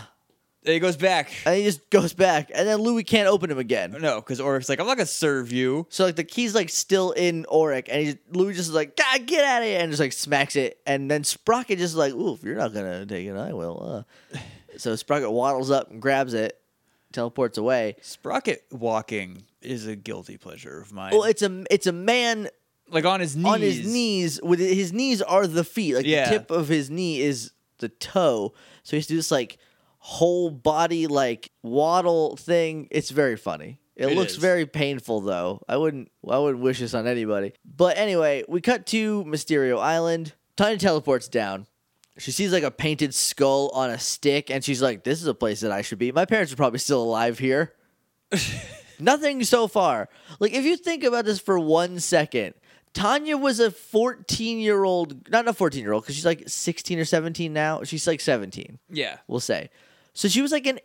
S2: And he goes back.
S1: and he just goes back. And then Louis can't open him again.
S2: No, because Oric's like, I'm not gonna serve you.
S1: So like the key's like still in Oric, and he, Louis just is like, "God, get out of here!" and just like smacks it, and then Sprocket just is like, "Ooh, if you're not gonna take it, I will." Uh. So Sprocket waddles up and grabs it, teleports away.
S2: Sprocket walking is a guilty pleasure of mine.
S1: Well, it's a it's a man
S2: like on his knees.
S1: on his knees with his knees are the feet. Like
S2: Yeah.
S1: the tip of his knee is the toe, so he has to do this like whole body like waddle thing. It's very funny. It,
S2: It
S1: looks
S2: is.
S1: very painful though. I wouldn't I wouldn't wish this on anybody. But anyway, we cut to Mysterio Island. Tiny teleports down. She sees like a painted skull on a stick and she's like, This is a place that I should be. My parents are probably still alive here. Nothing so far. Like, if you think about this for one second, Tanya was a 14 year old, not a 14 year old, because she's like 16 or 17 now. She's like 17,
S2: Yeah.
S1: we'll say. So she was like an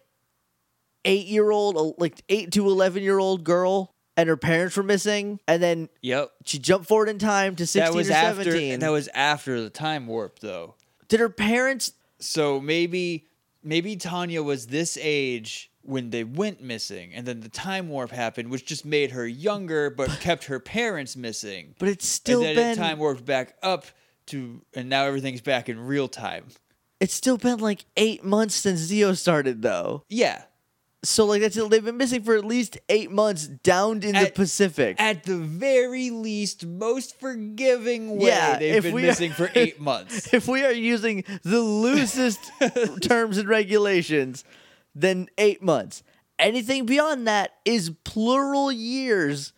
S1: eight year old, like eight to 11 year old girl, and her parents were missing. And then
S2: Yep.
S1: she jumped forward in time to 16
S2: That was
S1: or
S2: after.
S1: 17.
S2: That was after the time warp, though.
S1: Did her parents.
S2: So maybe maybe Tanya was this age when they went missing and then the time warp happened which just made her younger but kept her parents missing.
S1: But it's still
S2: and then
S1: been
S2: it time warped back up to and now everything's back in real time.
S1: it's still been like eight months since Zio started though.
S2: Yeah.
S1: So like that's they've been missing for at least eight months downed in the
S2: At-
S1: Pacific.
S2: At the very least, most forgiving way
S1: Yeah, if
S2: they've been
S1: we are-
S2: missing for eight months.
S1: if we are using the loosest terms and regulations, then eight months. Anything beyond that is plural years.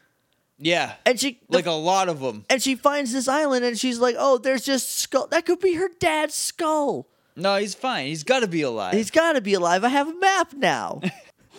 S2: Yeah.
S1: And she
S2: Like a lot of them.
S1: and she finds this island and she's like, oh, there's just skull. That could be her dad's skull.
S2: No, he's fine. He's got to be alive.
S1: He's got to be alive. I have a map now.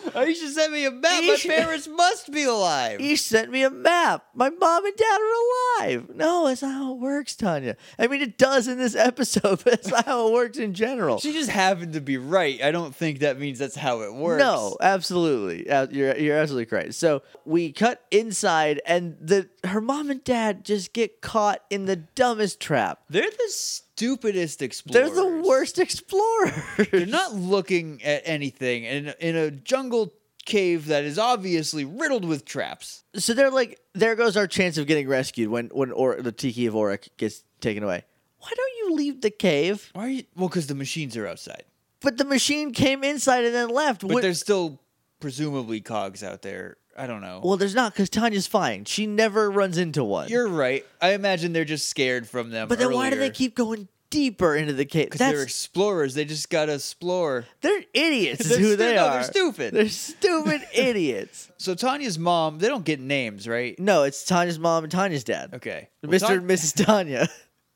S2: Aisha Oh, sent me a map.
S1: Aisha-
S2: My parents must be alive.
S1: He sent me a map. My mom and dad are alive. No, that's not how it works, Tanya. I mean, it does in this episode, but that's not how it works in general.
S2: She just happened to be right. I don't think that means that's how it works.
S1: No, absolutely. Uh, You're you're absolutely correct. So we cut inside, and the her mom and dad just get caught in the dumbest trap.
S2: They're the stupidest
S1: They're
S2: explorers.
S1: the worst explorers.
S2: They're not looking at anything in, in a jungle cave that is obviously riddled with traps.
S1: so they're like, there goes our chance of getting rescued when when or- the tiki of Oric gets taken away. Why don't you leave the cave?
S2: Why are you? Well, because the machines are outside.
S1: But the machine came inside and then left.
S2: But
S1: What-
S2: there's still presumably cogs out there. I don't know.
S1: Well, there's not because Tanya's fine. She never runs into one.
S2: You're right. I imagine they're just scared from them.
S1: but then why do they
S2: earlier.
S1: keep going deeper into the cave?
S2: Because they're
S1: That's
S2: explorers. They just gotta explore.
S1: they're idiots. Is
S2: They're
S1: who
S2: stu-
S1: they
S2: no,
S1: are.
S2: they're stupid.
S1: They're stupid idiots.
S2: So Tanya's mom. They don't get names, right?
S1: No, it's Tanya's mom and Tanya's dad.
S2: Okay. Well,
S1: Mr.
S2: Tan-
S1: and Mrs. Tanya,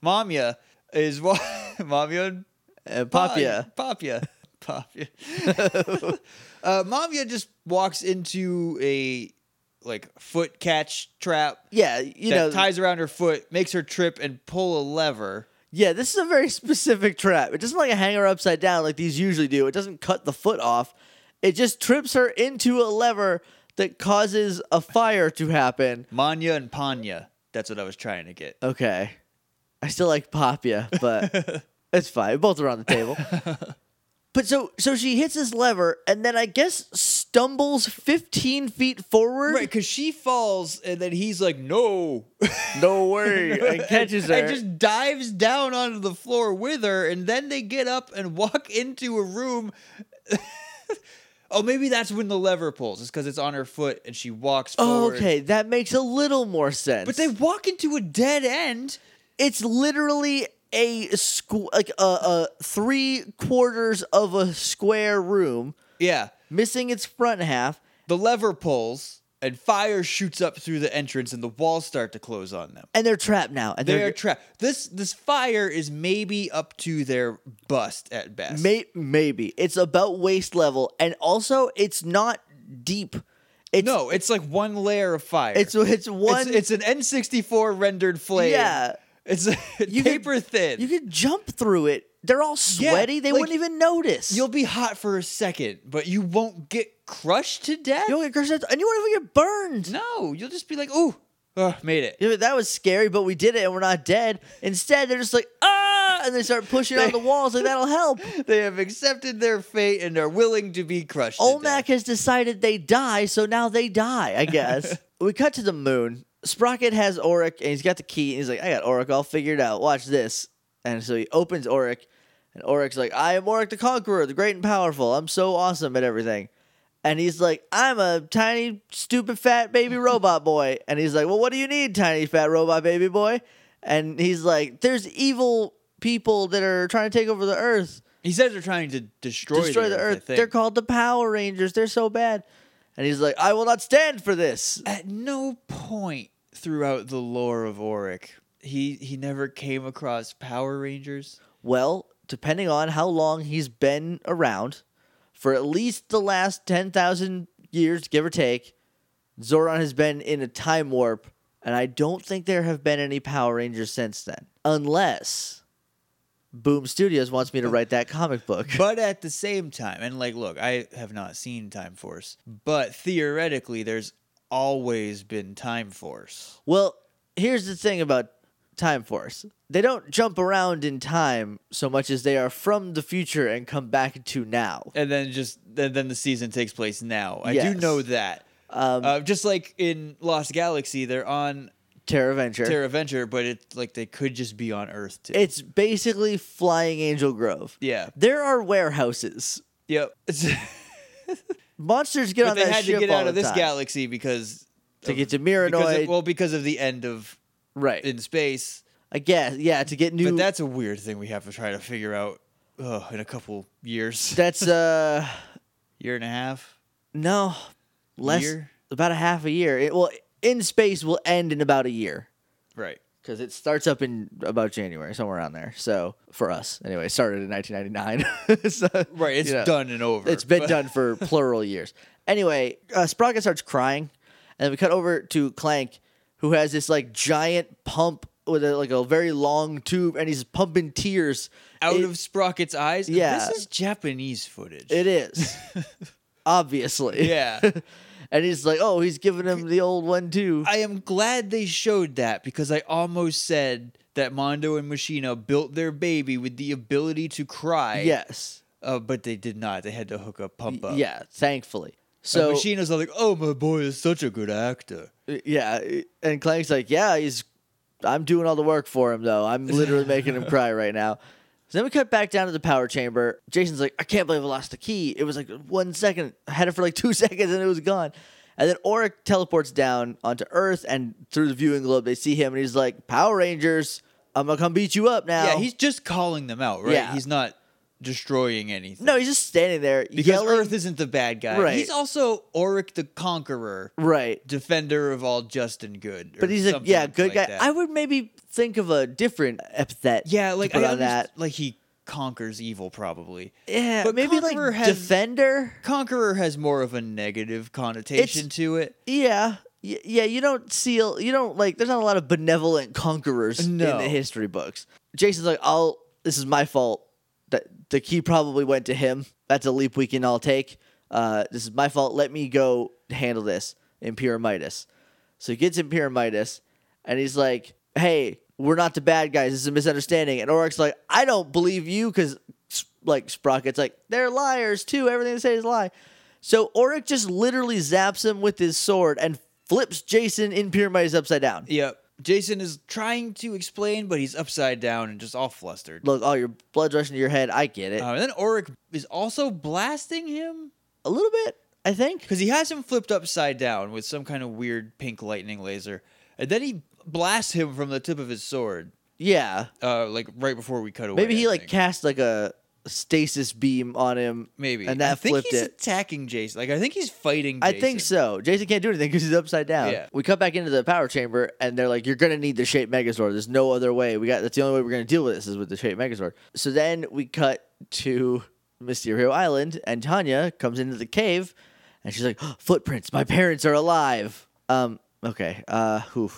S2: Mamia is wa- Mamia and
S1: uh, Papia.
S2: Papia. Papia. uh, Mamia just walks into a like foot catch trap
S1: Yeah, you
S2: that
S1: know.
S2: ties around her foot, makes her trip and pull a lever.
S1: yeah, this is a very specific trap. It doesn't like hang her upside down like these usually do. It doesn't cut the foot off. It just trips her into a lever that causes a fire to happen.
S2: Manya and Panya. That's what I was trying to get.
S1: Okay. I still like Papia, but it's fine. Both are on the table. But so so she hits this lever and then I guess stumbles 15 feet forward.
S2: Right, because she falls and then he's like, no.
S1: No way. and catches her.
S2: And just dives down onto the floor with her. And then they get up and walk into a room. oh, maybe that's when the lever pulls. It's because it's on her foot and she walks
S1: Oh,
S2: forward.
S1: okay, that makes a little more sense.
S2: But they walk into a dead end.
S1: it's literally a squ- like a, a three quarters of a square room
S2: Yeah.
S1: missing its front half.
S2: The lever pulls and fire shoots up through the entrance and the walls start to close on them.
S1: And they're trapped now. And
S2: They are
S1: they're,
S2: trapped. This this fire is maybe up to their bust at best.
S1: May- maybe it's about waist level, and also it's not deep. It's,
S2: no, it's like one layer of fire.
S1: it's it's one.
S2: It's, it's an N64 rendered flame.
S1: yeah,
S2: It's
S1: You could-
S2: paper thin.
S1: You could jump through it. They're all
S2: Yeah,
S1: sweaty. they
S2: like,
S1: wouldn't even notice.
S2: You'll be hot for a second, but you won't get crushed to death.
S1: You don't get cursed, out- and you won't even get burned.
S2: no, you'll just be like, "Ooh, uh, made it."
S1: You know, that was scary, but we did it, and we're not dead. Instead, they're just like ah, and they start pushing on the walls like that'll help.
S2: They have accepted their fate and are willing to be crushed. to
S1: Olmec
S2: death.
S1: has decided they die, so now they die. I guess we cut to the moon. Sprocket has Oric, and he's got the key. And he's like, "I got Oric all figured out. Watch this." And so he opens Oric, and Oric's like, "I am Oric the Conqueror, the great and powerful. I'm so awesome at everything." And he's like, I'm a tiny, stupid, fat baby robot boy. And he's like, Well, what do you need, tiny, fat robot baby boy? And he's like, There's evil people that are trying to take over the earth,
S2: He says they're trying to destroy,
S1: destroy the
S2: I
S1: earth.
S2: think.
S1: They're called the Power Rangers. They're so bad. And he's like, I will not stand for this.
S2: At no point throughout the lore of Auric, he he never came across Power Rangers.
S1: Well, depending on how long he's been around, for at least the last 10,000 years, give or take, Zoran has been in a time warp, and I don't think there have been any Power Rangers since then. Unless Boom Studios wants me to write that comic book.
S2: But at the same time, and like, look, I have not seen Time Force, but theoretically, there's always been Time Force.
S1: Well, here's the thing about Time Force they don't jump around in time so much as they are from the future and come back to now.
S2: And then just then, then the season takes place now. I
S1: Yes.
S2: do know that.
S1: Um,
S2: Uh, just like in Lost Galaxy, they're on
S1: Terra Venture.
S2: Terra Venture, but it's like they could just be on Earth too.
S1: It's basically Flying Angel Grove.
S2: yeah.
S1: There are warehouses.
S2: Yep. but
S1: Monsters get on
S2: they
S1: that
S2: had
S1: ship
S2: to get
S1: all
S2: out
S1: the
S2: of this
S1: time
S2: galaxy because
S1: to
S2: of-
S1: get to
S2: because
S1: Miranoid.
S2: of, well because of the end of
S1: right.
S2: in space.
S1: I guess yeah. To get new.
S2: But that's a weird thing we have to try to figure out oh, in a couple years,
S1: that's uh
S2: year and a half.
S1: no less
S2: Year?
S1: about a half a year. It will in space will end in about a year
S2: Right.
S1: because it starts up in about January somewhere around there. So for us anyway, it started in 1999. so,
S2: Right. It's
S1: you know.
S2: done and over.
S1: It's been done for plural years. Anyway, uh, Sprocket starts crying, and we cut over to Clank, who has this like giant pump with a, like a very long tube, and he's pumping tears
S2: out
S1: It-
S2: of Sprocket's eyes.
S1: Yeah.
S2: This is Japanese footage.
S1: It is obviously,
S2: yeah.
S1: and he's like, "Oh, he's giving him the old one too."
S2: I am glad they showed that because I almost said that Mondo and Machina built their baby with the ability to cry.
S1: yes,
S2: Uh, but they did not. They had to hook up pump up.
S1: yeah, thankfully.
S2: So
S1: So
S2: Machina's all like, oh, my boy is such a good actor.
S1: yeah, and Clank's like, "Yeah, he's." I'm doing all the work for him though. I'm literally making him cry right now. So then we cut back down to the power chamber. Jason's like, I can't believe I lost the key. It was like one second. I had it for like two seconds and it was gone. And then Oric teleports down onto Earth and through the viewing globe they see him and he's like, Power Rangers, I'm gonna come beat you up now.
S2: Yeah, he's just calling them out, right?
S1: Yeah.
S2: He's not destroying anything.
S1: no, he's just standing there
S2: because
S1: yelling.
S2: Earth isn't the bad guy.
S1: Right.
S2: He's also Oric the Conqueror,
S1: right.
S2: defender of all just and good. or
S1: But he's a
S2: something
S1: yeah, good
S2: like
S1: guy.
S2: that.
S1: I would maybe think of a different epithet.
S2: yeah,
S1: to
S2: like
S1: put
S2: I
S1: on that.
S2: that. Like he conquers evil, probably.
S1: Yeah,
S2: But
S1: maybe
S2: Conqueror
S1: like
S2: has-
S1: defender.
S2: Conqueror has more of a negative connotation to it.
S1: Yeah. Y- Yeah, you don't see you don't like there's not a lot of benevolent conquerors in
S2: No.
S1: the history books. Jason's like, "I'll this is my fault. That the key probably went to him. That's a leap we can all take. Uh, this is my fault. Let me go handle this in Pyramidas." So he gets in Pyramidas and he's like, "Hey, we're not the bad guys. This is a misunderstanding." And Oryx's like, "I don't believe you cuz like Sprocket's like, "They're liars too. Everything they say is a lie." So Oryx just literally zaps him with his sword and flips Jason in Pyramidas upside down.
S2: Yep. Jason is trying to explain, but he's upside down and just all flustered.
S1: Look, oh, your blood's rushing to your head. I get it.
S2: Uh, and then Oric is also blasting him
S1: a little bit, I think.
S2: because he has him flipped upside down with some kind of weird pink lightning laser, and then he blasts him from the tip of his sword,
S1: Yeah.
S2: uh, like right before we cut away.
S1: Maybe he
S2: I
S1: like
S2: think.
S1: cast like a stasis beam on him.
S2: maybe,
S1: and that
S2: I think
S1: flipped
S2: he's
S1: it.
S2: attacking Jason. Like I think he's fighting.
S1: I think
S2: Jason.
S1: so. Jason can't do anything because he's upside down.
S2: Yeah.
S1: We cut back into the power chamber, and they're like, "You're gonna need the shape Megazord. There's no other way. We got that's the only way we're gonna deal with this is with the shape Megazord." So then we cut to Mysterio Island, and Tanya comes into the cave, and she's like, "Footprints. My parents are alive." Um. Okay. Uh. Whew.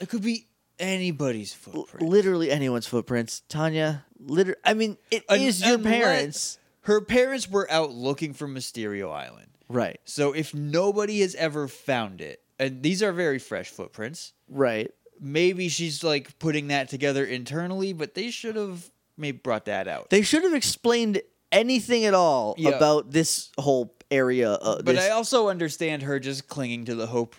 S2: It could be anybody's footprint.
S1: literally anyone's footprints. Tanya, liter- I mean, it is
S2: Un-
S1: your
S2: unless-
S1: parents.
S2: Her parents were out looking for Mysterio Island.
S1: Right,
S2: So if nobody has ever found it, and these are very fresh footprints,
S1: right.
S2: maybe she's like putting that together internally, but they should have maybe brought that out.
S1: They should have explained anything at all
S2: Yeah.
S1: about this whole area. Uh,
S2: But
S1: this-
S2: I also understand her just clinging to the hope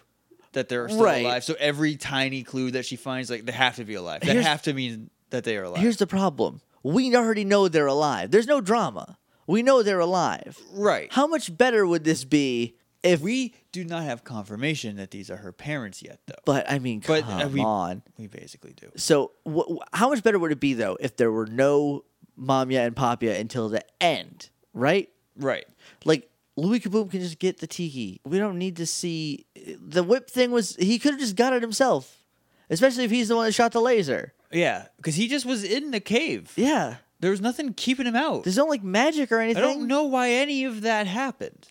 S2: that they're still
S1: Right.
S2: alive. So every tiny clue that she finds, like they have to be alive. They
S1: Here's-
S2: have to mean that they are alive.
S1: here's the problem: we already know they're alive. There's no drama. We know they're alive.
S2: right.
S1: How much better would this be if?
S2: we do not have confirmation that these are her parents yet, though.
S1: But I mean,
S2: But, uh,
S1: come
S2: we-
S1: on.
S2: We basically do.
S1: So, wh- wh- how much better would it be though if there were no Mamia and Papia until the end, right?
S2: Right.
S1: Like Louis Kaboom can just get the tiki. We don't need to see the whip thing. Was he could have just got it himself, especially if he's the one that shot the laser.
S2: Yeah, because he just was in the cave.
S1: Yeah,
S2: There was nothing keeping him out.
S1: there's no like magic or
S2: I
S1: anything.
S2: don't know why any of that happened.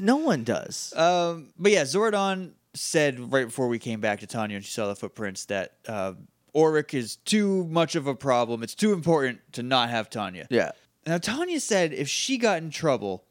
S1: No one does.
S2: Um, but yeah, Zordon said right before we came back to Tanya and she saw the footprints that uh, Auric is too much of a problem. It's too important to not have Tanya.
S1: yeah,
S2: Now, Tanya said if she got in trouble,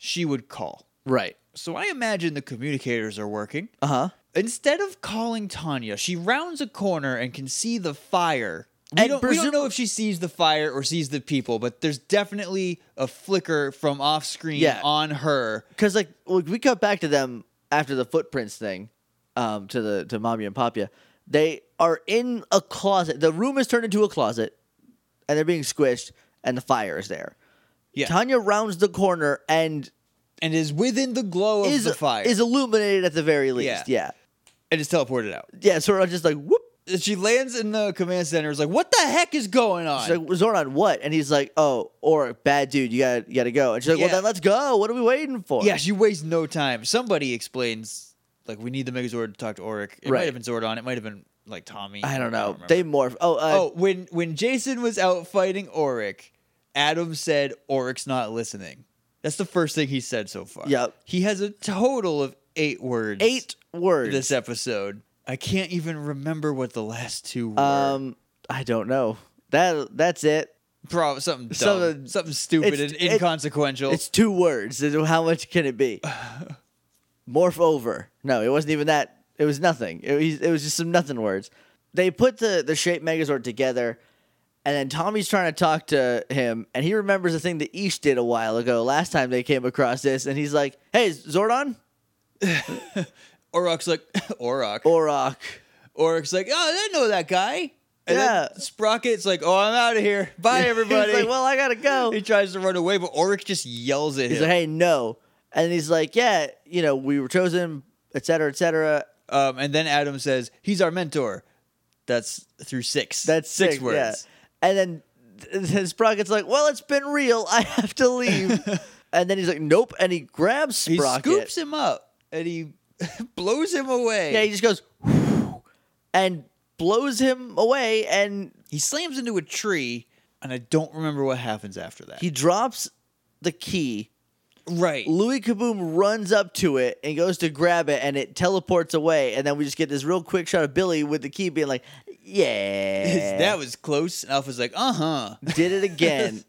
S2: she would call.
S1: right.
S2: So I imagine the communicators are working.
S1: Uh huh.
S2: Instead of calling Tanya, she rounds a corner and can see the fire. We
S1: And
S2: don't, we don't
S1: presu-
S2: know if she sees the fire or sees the people, but there's definitely a flicker from off screen
S1: Yeah.
S2: on her.
S1: because like when we cut back to them after the footprints thing, um, to the to Mommy and Papia, they are in a closet. The room is turned into a closet, and they're being squished, and the fire is there.
S2: Yeah.
S1: Tanya rounds the corner and
S2: and is within the glow of
S1: is
S2: the fire
S1: is illuminated at the very least. Yeah,
S2: and is teleported out.
S1: yeah. So we're just like whoop.
S2: And She lands in the command center. Is like, what the heck is going on?
S1: She's like Zordon, what? And he's like, oh, or bad dude, you gotta you gotta go. And she's like,
S2: Yeah.
S1: well then let's go. What are we waiting for?
S2: yeah, she wastes no time. Somebody explains like we need the Megazord to talk to Oric. It might
S1: Right.
S2: have been Zordon. It might have been like Tommy.
S1: I don't know.
S2: remember.
S1: they morph. Oh, uh,
S2: oh when when Jason was out fighting Oric, Adam said Oric's not listening. That's the first thing he said so far.
S1: Yep.
S2: He has a total of eight words.
S1: eight words.
S2: this episode. I can't even remember what the last two were.
S1: Um, I don't know. That that's it.
S2: Probably something dumb,
S1: Something-
S2: something, stupid
S1: it's-
S2: and
S1: it-
S2: inconsequential.
S1: It's two words. So How much can it be? Morph over. No, it wasn't even that. It was nothing. It was, it was just some nothing words. They put the the shape Megazord together, and then Tommy's trying to talk to him, and he remembers a thing that Ish did a while ago. Last time they came across this, and he's like, "Hey, Zordon,
S2: Orok's like Orok.
S1: Orok."
S2: Orok's like, oh, I know that guy. And then
S1: Yeah.
S2: Sprocket's like, oh, I'm out of here. Bye, everybody.
S1: he's like, "Well, I gotta go."
S2: he tries to run away, but Orok just yells at
S1: He's
S2: him.
S1: like, "Hey, no," and he's like, "Yeah, you know, we were chosen, et cetera, et cetera."
S2: um, and then Adam says, he's our mentor. That's through six.
S1: That's
S2: six
S1: sick,
S2: words.
S1: yeah. And then, then Sprocket's like, "Well, it's been real. I have to leave." and then he's like, "Nope," and he grabs
S2: He
S1: Sprocket.
S2: scoops him up and he blows him away.
S1: yeah, he just goes "Whew," and blows him away, and
S2: he slams into a tree, and I don't remember what happens after that.
S1: he drops the key.
S2: right.
S1: Louis Kaboom runs up to it and goes to grab it, and it teleports away. And then we just get this real quick shot of Billy with the key being like, "Yeah,
S2: that was close. And Alpha's like, uh huh.
S1: did it again."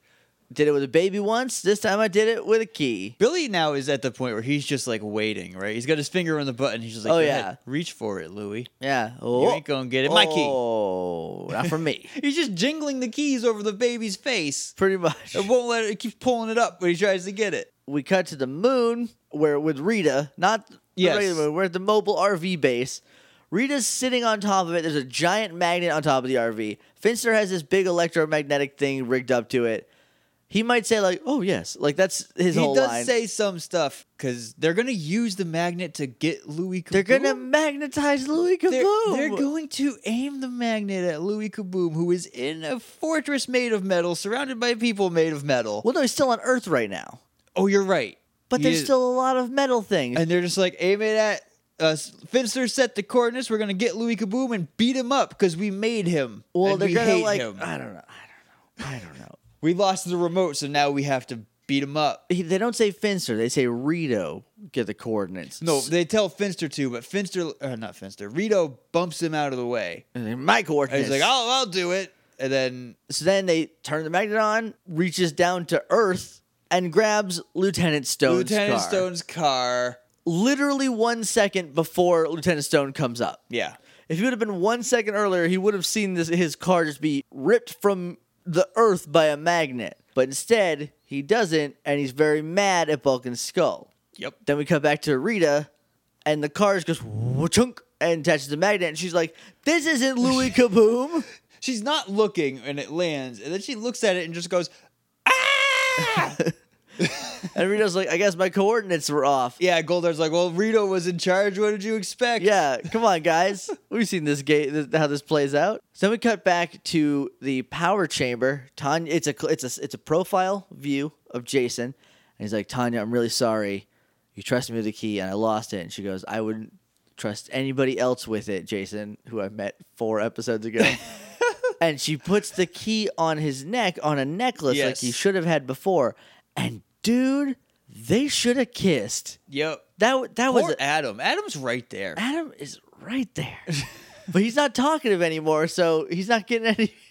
S1: Did it with a baby once. This time I did it with a key.
S2: Billy now is at the point where he's just like waiting, right? He's got his finger on the button. He's just like,
S1: Oh,
S2: "Go
S1: yeah.
S2: ahead, reach for it, Louie.
S1: Yeah.
S2: You
S1: Oh.
S2: ain't gonna get it. My key.
S1: Oh, not for me.
S2: He's just jingling the keys over the baby's face.
S1: Pretty much.
S2: It won't let it. It keeps pulling it up when he tries to get it.
S1: We cut to the moon where with Rita, not the
S2: Yes.
S1: regular moon. We're at the mobile RV base. Rita's sitting on top of it. There's a giant magnet on top of the RV. Finster has this big electromagnetic thing rigged up to it. He might say like, "Oh yes," like that's his
S2: he
S1: whole
S2: does
S1: line.
S2: say some stuff because they're gonna use the magnet to get Louis. Kaboom.
S1: they're gonna magnetize Louis Kaboom.
S2: They're, they're going to aim the magnet at Louis Kaboom, who is in a fortress made of metal, surrounded by people made of metal.
S1: well, no, he's still on Earth right now,
S2: Oh, you're right.
S1: but
S2: He
S1: there's
S2: is-
S1: still a lot of metal things.
S2: and they're just like aim it at us. Finster set the coordinates. We're gonna get Louis Kaboom and beat him up because we made him.
S1: well,
S2: and
S1: they're
S2: we
S1: gonna
S2: hate
S1: like, ah.
S2: him.
S1: I don't know, I don't know, I don't know.
S2: We lost the remote, so now we have to beat him up.
S1: He, they don't say Finster. They say Rito. Get the coordinates.
S2: No,
S1: S-
S2: they tell Finster to, but Finster, uh, not Finster, Rito bumps him out of the way.
S1: and they're my
S2: And
S1: coordinates.
S2: he's like, "I'll, I'll do it." And then
S1: So then they turn the magnet on, reaches down to Earth, and grabs Lieutenant Stone's
S2: Lieutenant
S1: car.
S2: Stone's car,
S1: Literally one second before Lieutenant Stone comes up.
S2: yeah,
S1: If he would have been one second earlier, he would have seen this his car just be ripped from the earth by a magnet. But instead, he doesn't, and he's very mad at Vulcan's skull.
S2: yep,
S1: Then we cut back to Rita, and the car just goes chunk and attaches the magnet, and she's like, "This isn't Louis Kaboom."
S2: She's not looking and it lands, and then she looks at it and just goes, Ah
S1: and Rita's like, "I guess my coordinates were off."
S2: Yeah, Goldar's like, Well, Rito was in charge, what did you expect?
S1: Yeah, come on, guys. We've seen this gate, th- how this plays out. So we cut back to the power chamber. Tanya, it's a cl- it's a it's a profile view of Jason, and he's like, Tanya, I'm really sorry. You trusted me with the key, and I lost it. And she goes, I wouldn't trust anybody else with it, Jason, who I met four episodes ago. and she puts the key on his neck on a necklace like
S2: Yes.
S1: he should have had before. And dude, they should have kissed.
S2: Yep.
S1: That w- that was
S2: Poor
S1: a-
S2: Adam. Adam's right there.
S1: Adam is right there, but he's not talkative anymore, so he's not getting any.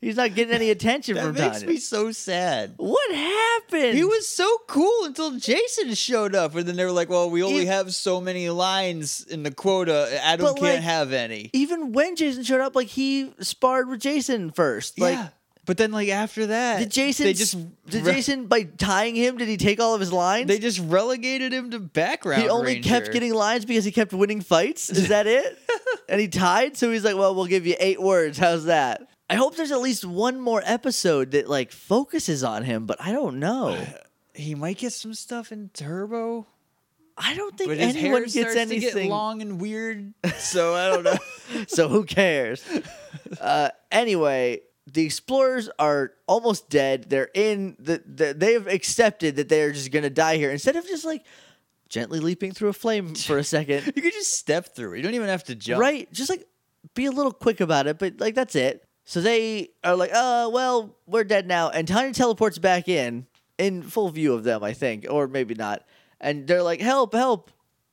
S1: He's not getting any attention
S2: That
S1: from
S2: makes
S1: Tanya.
S2: me so sad.
S1: What happened?
S2: He was so cool until Jason showed up, and then they were like, Well, we only
S1: He-
S2: have so many lines in the quota. Adam
S1: But,
S2: can't
S1: like-
S2: have any.
S1: even when Jason showed up, like he sparred with Jason first. Like
S2: yeah. But then like after that
S1: did Jason?
S2: they just
S1: did
S2: re-
S1: Jason by tying him? Did he take all of his lines?
S2: they just relegated him to background.
S1: he only kept
S2: ranger.
S1: getting lines because he kept winning fights. Is that it? and he tied, so he's like, "Well, we'll give you eight words. How's that?" I hope there's at least one more episode that like focuses on him, but I don't know.
S2: he might get some stuff in turbo
S1: I don't think
S2: but his
S1: anyone
S2: hair
S1: gets
S2: starts
S1: anything.
S2: to get long and weird so i don't know
S1: so who cares? Uh, anyway, the explorers are almost dead. They're in the, the they've accepted that they're just gonna die here instead of just like gently leaping through a flame for a second,
S2: you could just step through it. you don't even have to jump
S1: right? Just like be a little quick about it, but like that's it. So they are like, uh, well, we're dead now. And Tanya teleports back in, in full view of them, I think, or maybe not. And they're like, help, help,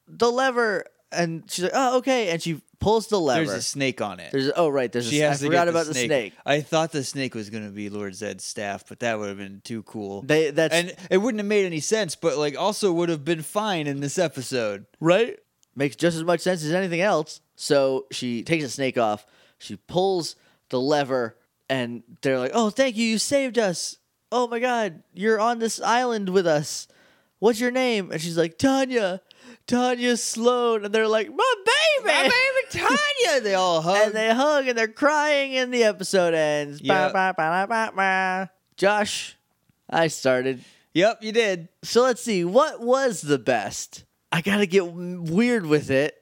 S1: the lever. And she's like, oh, okay. And she pulls the lever.
S2: there's a snake on it
S1: There's oh right, there's
S2: she
S1: a,
S2: has
S1: I
S2: to
S1: forgot
S2: get
S1: about
S2: the snake. i thought the snake was going to be lord zed's staff but that would have been too cool
S1: They that's
S2: and it wouldn't have made any sense but like also would have been fine in this episode
S1: right makes just as much sense as anything else. So she takes the snake off, she pulls the lever, and they're like, "Oh, thank you, you saved us! Oh my God, you're on this island with us. What's your name?" And she's like, "Tanya, Tanya Sloan," and they're like, "My baby,
S2: tanya they all hug
S1: and they hug and they're crying, and the episode ends. Ba,
S2: Yep.
S1: ba, ba, ba, ba. Josh, I started.
S2: yep you did
S1: So let's see. What was the best? I gotta get w- weird with it.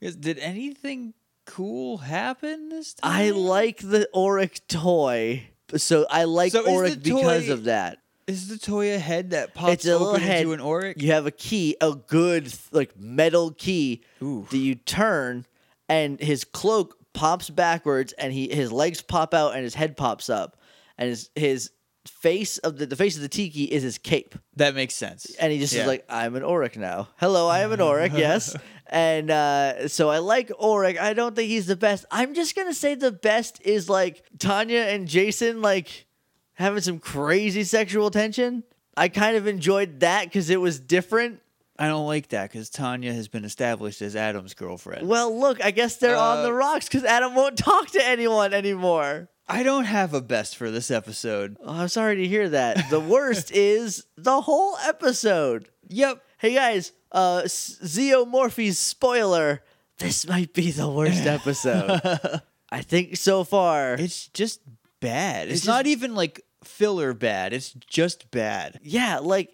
S2: did anything cool happen this time
S1: I like the Auric toy, so I like
S2: So is
S1: Auric
S2: the
S1: because
S2: toy-
S1: of that.
S2: Is the toy a head that pops
S1: It's a little
S2: open
S1: head.
S2: into an auric?
S1: You have a key, a good th- like metal key
S2: Ooh.
S1: that you turn, and his cloak pops backwards, and he his legs pop out, and his head pops up, and his his face of the, the face of the tiki is his cape.
S2: That makes sense.
S1: and he just is
S2: Yeah.
S1: like, "I'm an Auric now. Hello, I am an Auric. yes." And uh, so I like Auric. I don't think he's the best. I'm just gonna say the best is like Tanya and Jason like having some crazy sexual tension. I kind of enjoyed that because it was different.
S2: I don't like that because Tanya has been established as Adam's girlfriend.
S1: Well, look, I guess they're on
S2: Uh,
S1: the rocks because Adam won't talk to anyone anymore.
S2: I don't have a best for this episode.
S1: Oh, I'm sorry to hear that. The worst is the whole episode.
S2: Yep.
S1: Hey guys, uh, S- Zeo Morphe's spoiler. This might be the worst episode. I think so far.
S2: It's just bad. It's,
S1: just-
S2: not even like filler bad. It's just bad.
S1: yeah, like,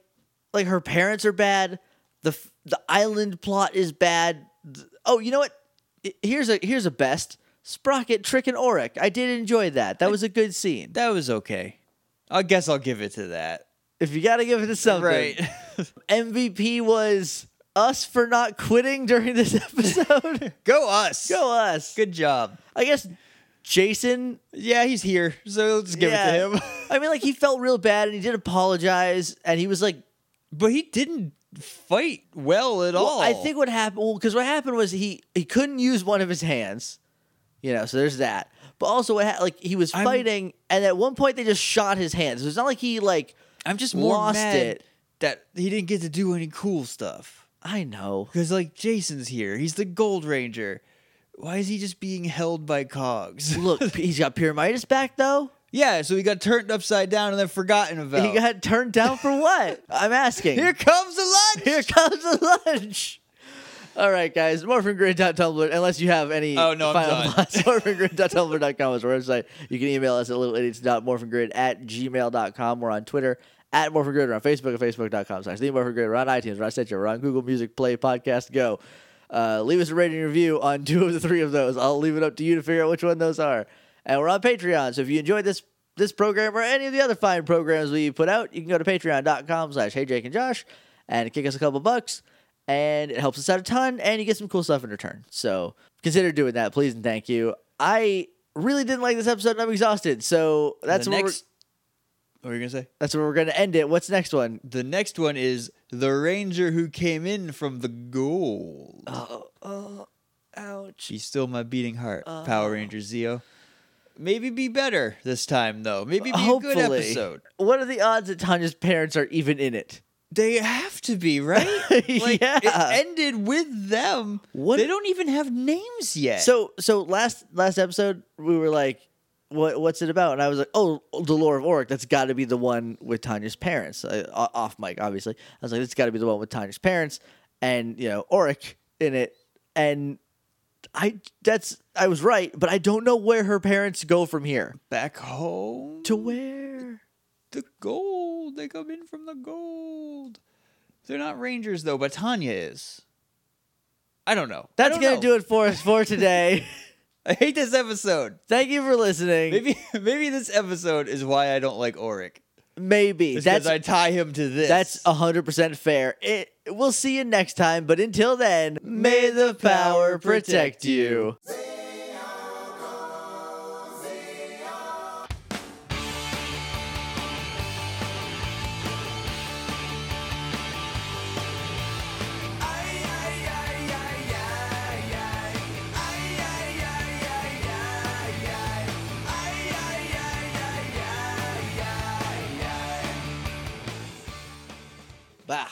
S1: like her parents are bad. The f- the island plot is bad. Th- Oh, you know what? I- Here's a here's a best Sprocket, Trick, and Oric. I did enjoy that. That was a good scene.
S2: That was okay. I guess I'll give it to that.
S1: If you gotta give it to something,
S2: Right.
S1: MVP was us for not quitting during this episode.
S2: Go us.
S1: Go us.
S2: Good job.
S1: I guess Jason,
S2: Yeah, he's here, so let's give
S1: yeah,
S2: it to him.
S1: I mean, like he felt real bad and he did apologize and he was like,
S2: but he didn't fight well at
S1: well,
S2: all.
S1: I think what happened, well, because what happened was he he couldn't use one of his hands, you know. So there's that. But also, what ha- like he was
S2: I'm-
S1: fighting, and at one point they just shot his hands. So it's not like he like
S2: I'm just more
S1: lost
S2: mad
S1: it.
S2: that he didn't get to do any cool stuff.
S1: I know.
S2: Because like Jason's here, he's the Gold Ranger. Why is he just being held by cogs?
S1: Look, he's got pyramitis back though.
S2: yeah, so he got turned upside down and then forgotten about.
S1: He got turned down for what? I'm asking.
S2: here comes the lunch.
S1: Here comes the lunch. All right, guys. Morphingrid.tumblr. Unless you have any
S2: Oh, no, I'm
S1: final
S2: done.
S1: thoughts, morphingrid.tumblr.com is our website. You can email us at littleidiots.morphingrid at gmail.com. We're on Twitter at morphingrid. We're on Facebook at facebook.com slash the morphingrid. We're on iTunes. We're on Stitcher. We're on Google Music Play Podcast Go. Uh, leave us a rating and review on two of the three of those. I'll leave it up to you to figure out which one those are. And we're on Patreon. So if you enjoyed this this program or any of the other fine programs we put out, you can go to patreon.com slash hey Jake and Josh and kick us a couple bucks. And it helps us out a ton and you get some cool stuff in return. So consider doing that, please and thank you. I really didn't like this episode and I'm exhausted. So that's
S2: the
S1: where
S2: next. What were you gonna say?
S1: we're, that's where we're gonna end it. What's next one?
S2: The next one is the Ranger who came in from the gold.
S1: Uh, Ouch. Uh,
S2: She's still my beating heart, Power Ranger Zeo. Maybe be better this time though. Maybe be
S1: Hopefully.
S2: a good episode.
S1: What are the odds that Tanya's parents are even in it?
S2: They have to be, right? Like
S1: Yeah.
S2: it ended with them.
S1: What-
S2: They don't even have names yet.
S1: So so last last episode we were like, what what's it about? And I was like, oh, the Lore of Oric. That's got to be the one with Tanya's parents. I, o- off mic, obviously. I was like, it's got to be the one with Tanya's parents, and you know Oric in it. And I that's I was right, but I don't know where her parents go from here
S2: back home
S1: to where.
S2: the gold. They come in from the gold. They're not Rangers though, but Tanya is. I don't know.
S1: That's gonna do it for us for today.
S2: I hate this episode.
S1: Thank you for listening.
S2: Maybe maybe this episode is why I don't like Oric.
S1: Maybe. that's
S2: That's I tie him to this.
S1: That's hundred percent fair. It, we'll see you next time, but until then, may the power protect you. Bah.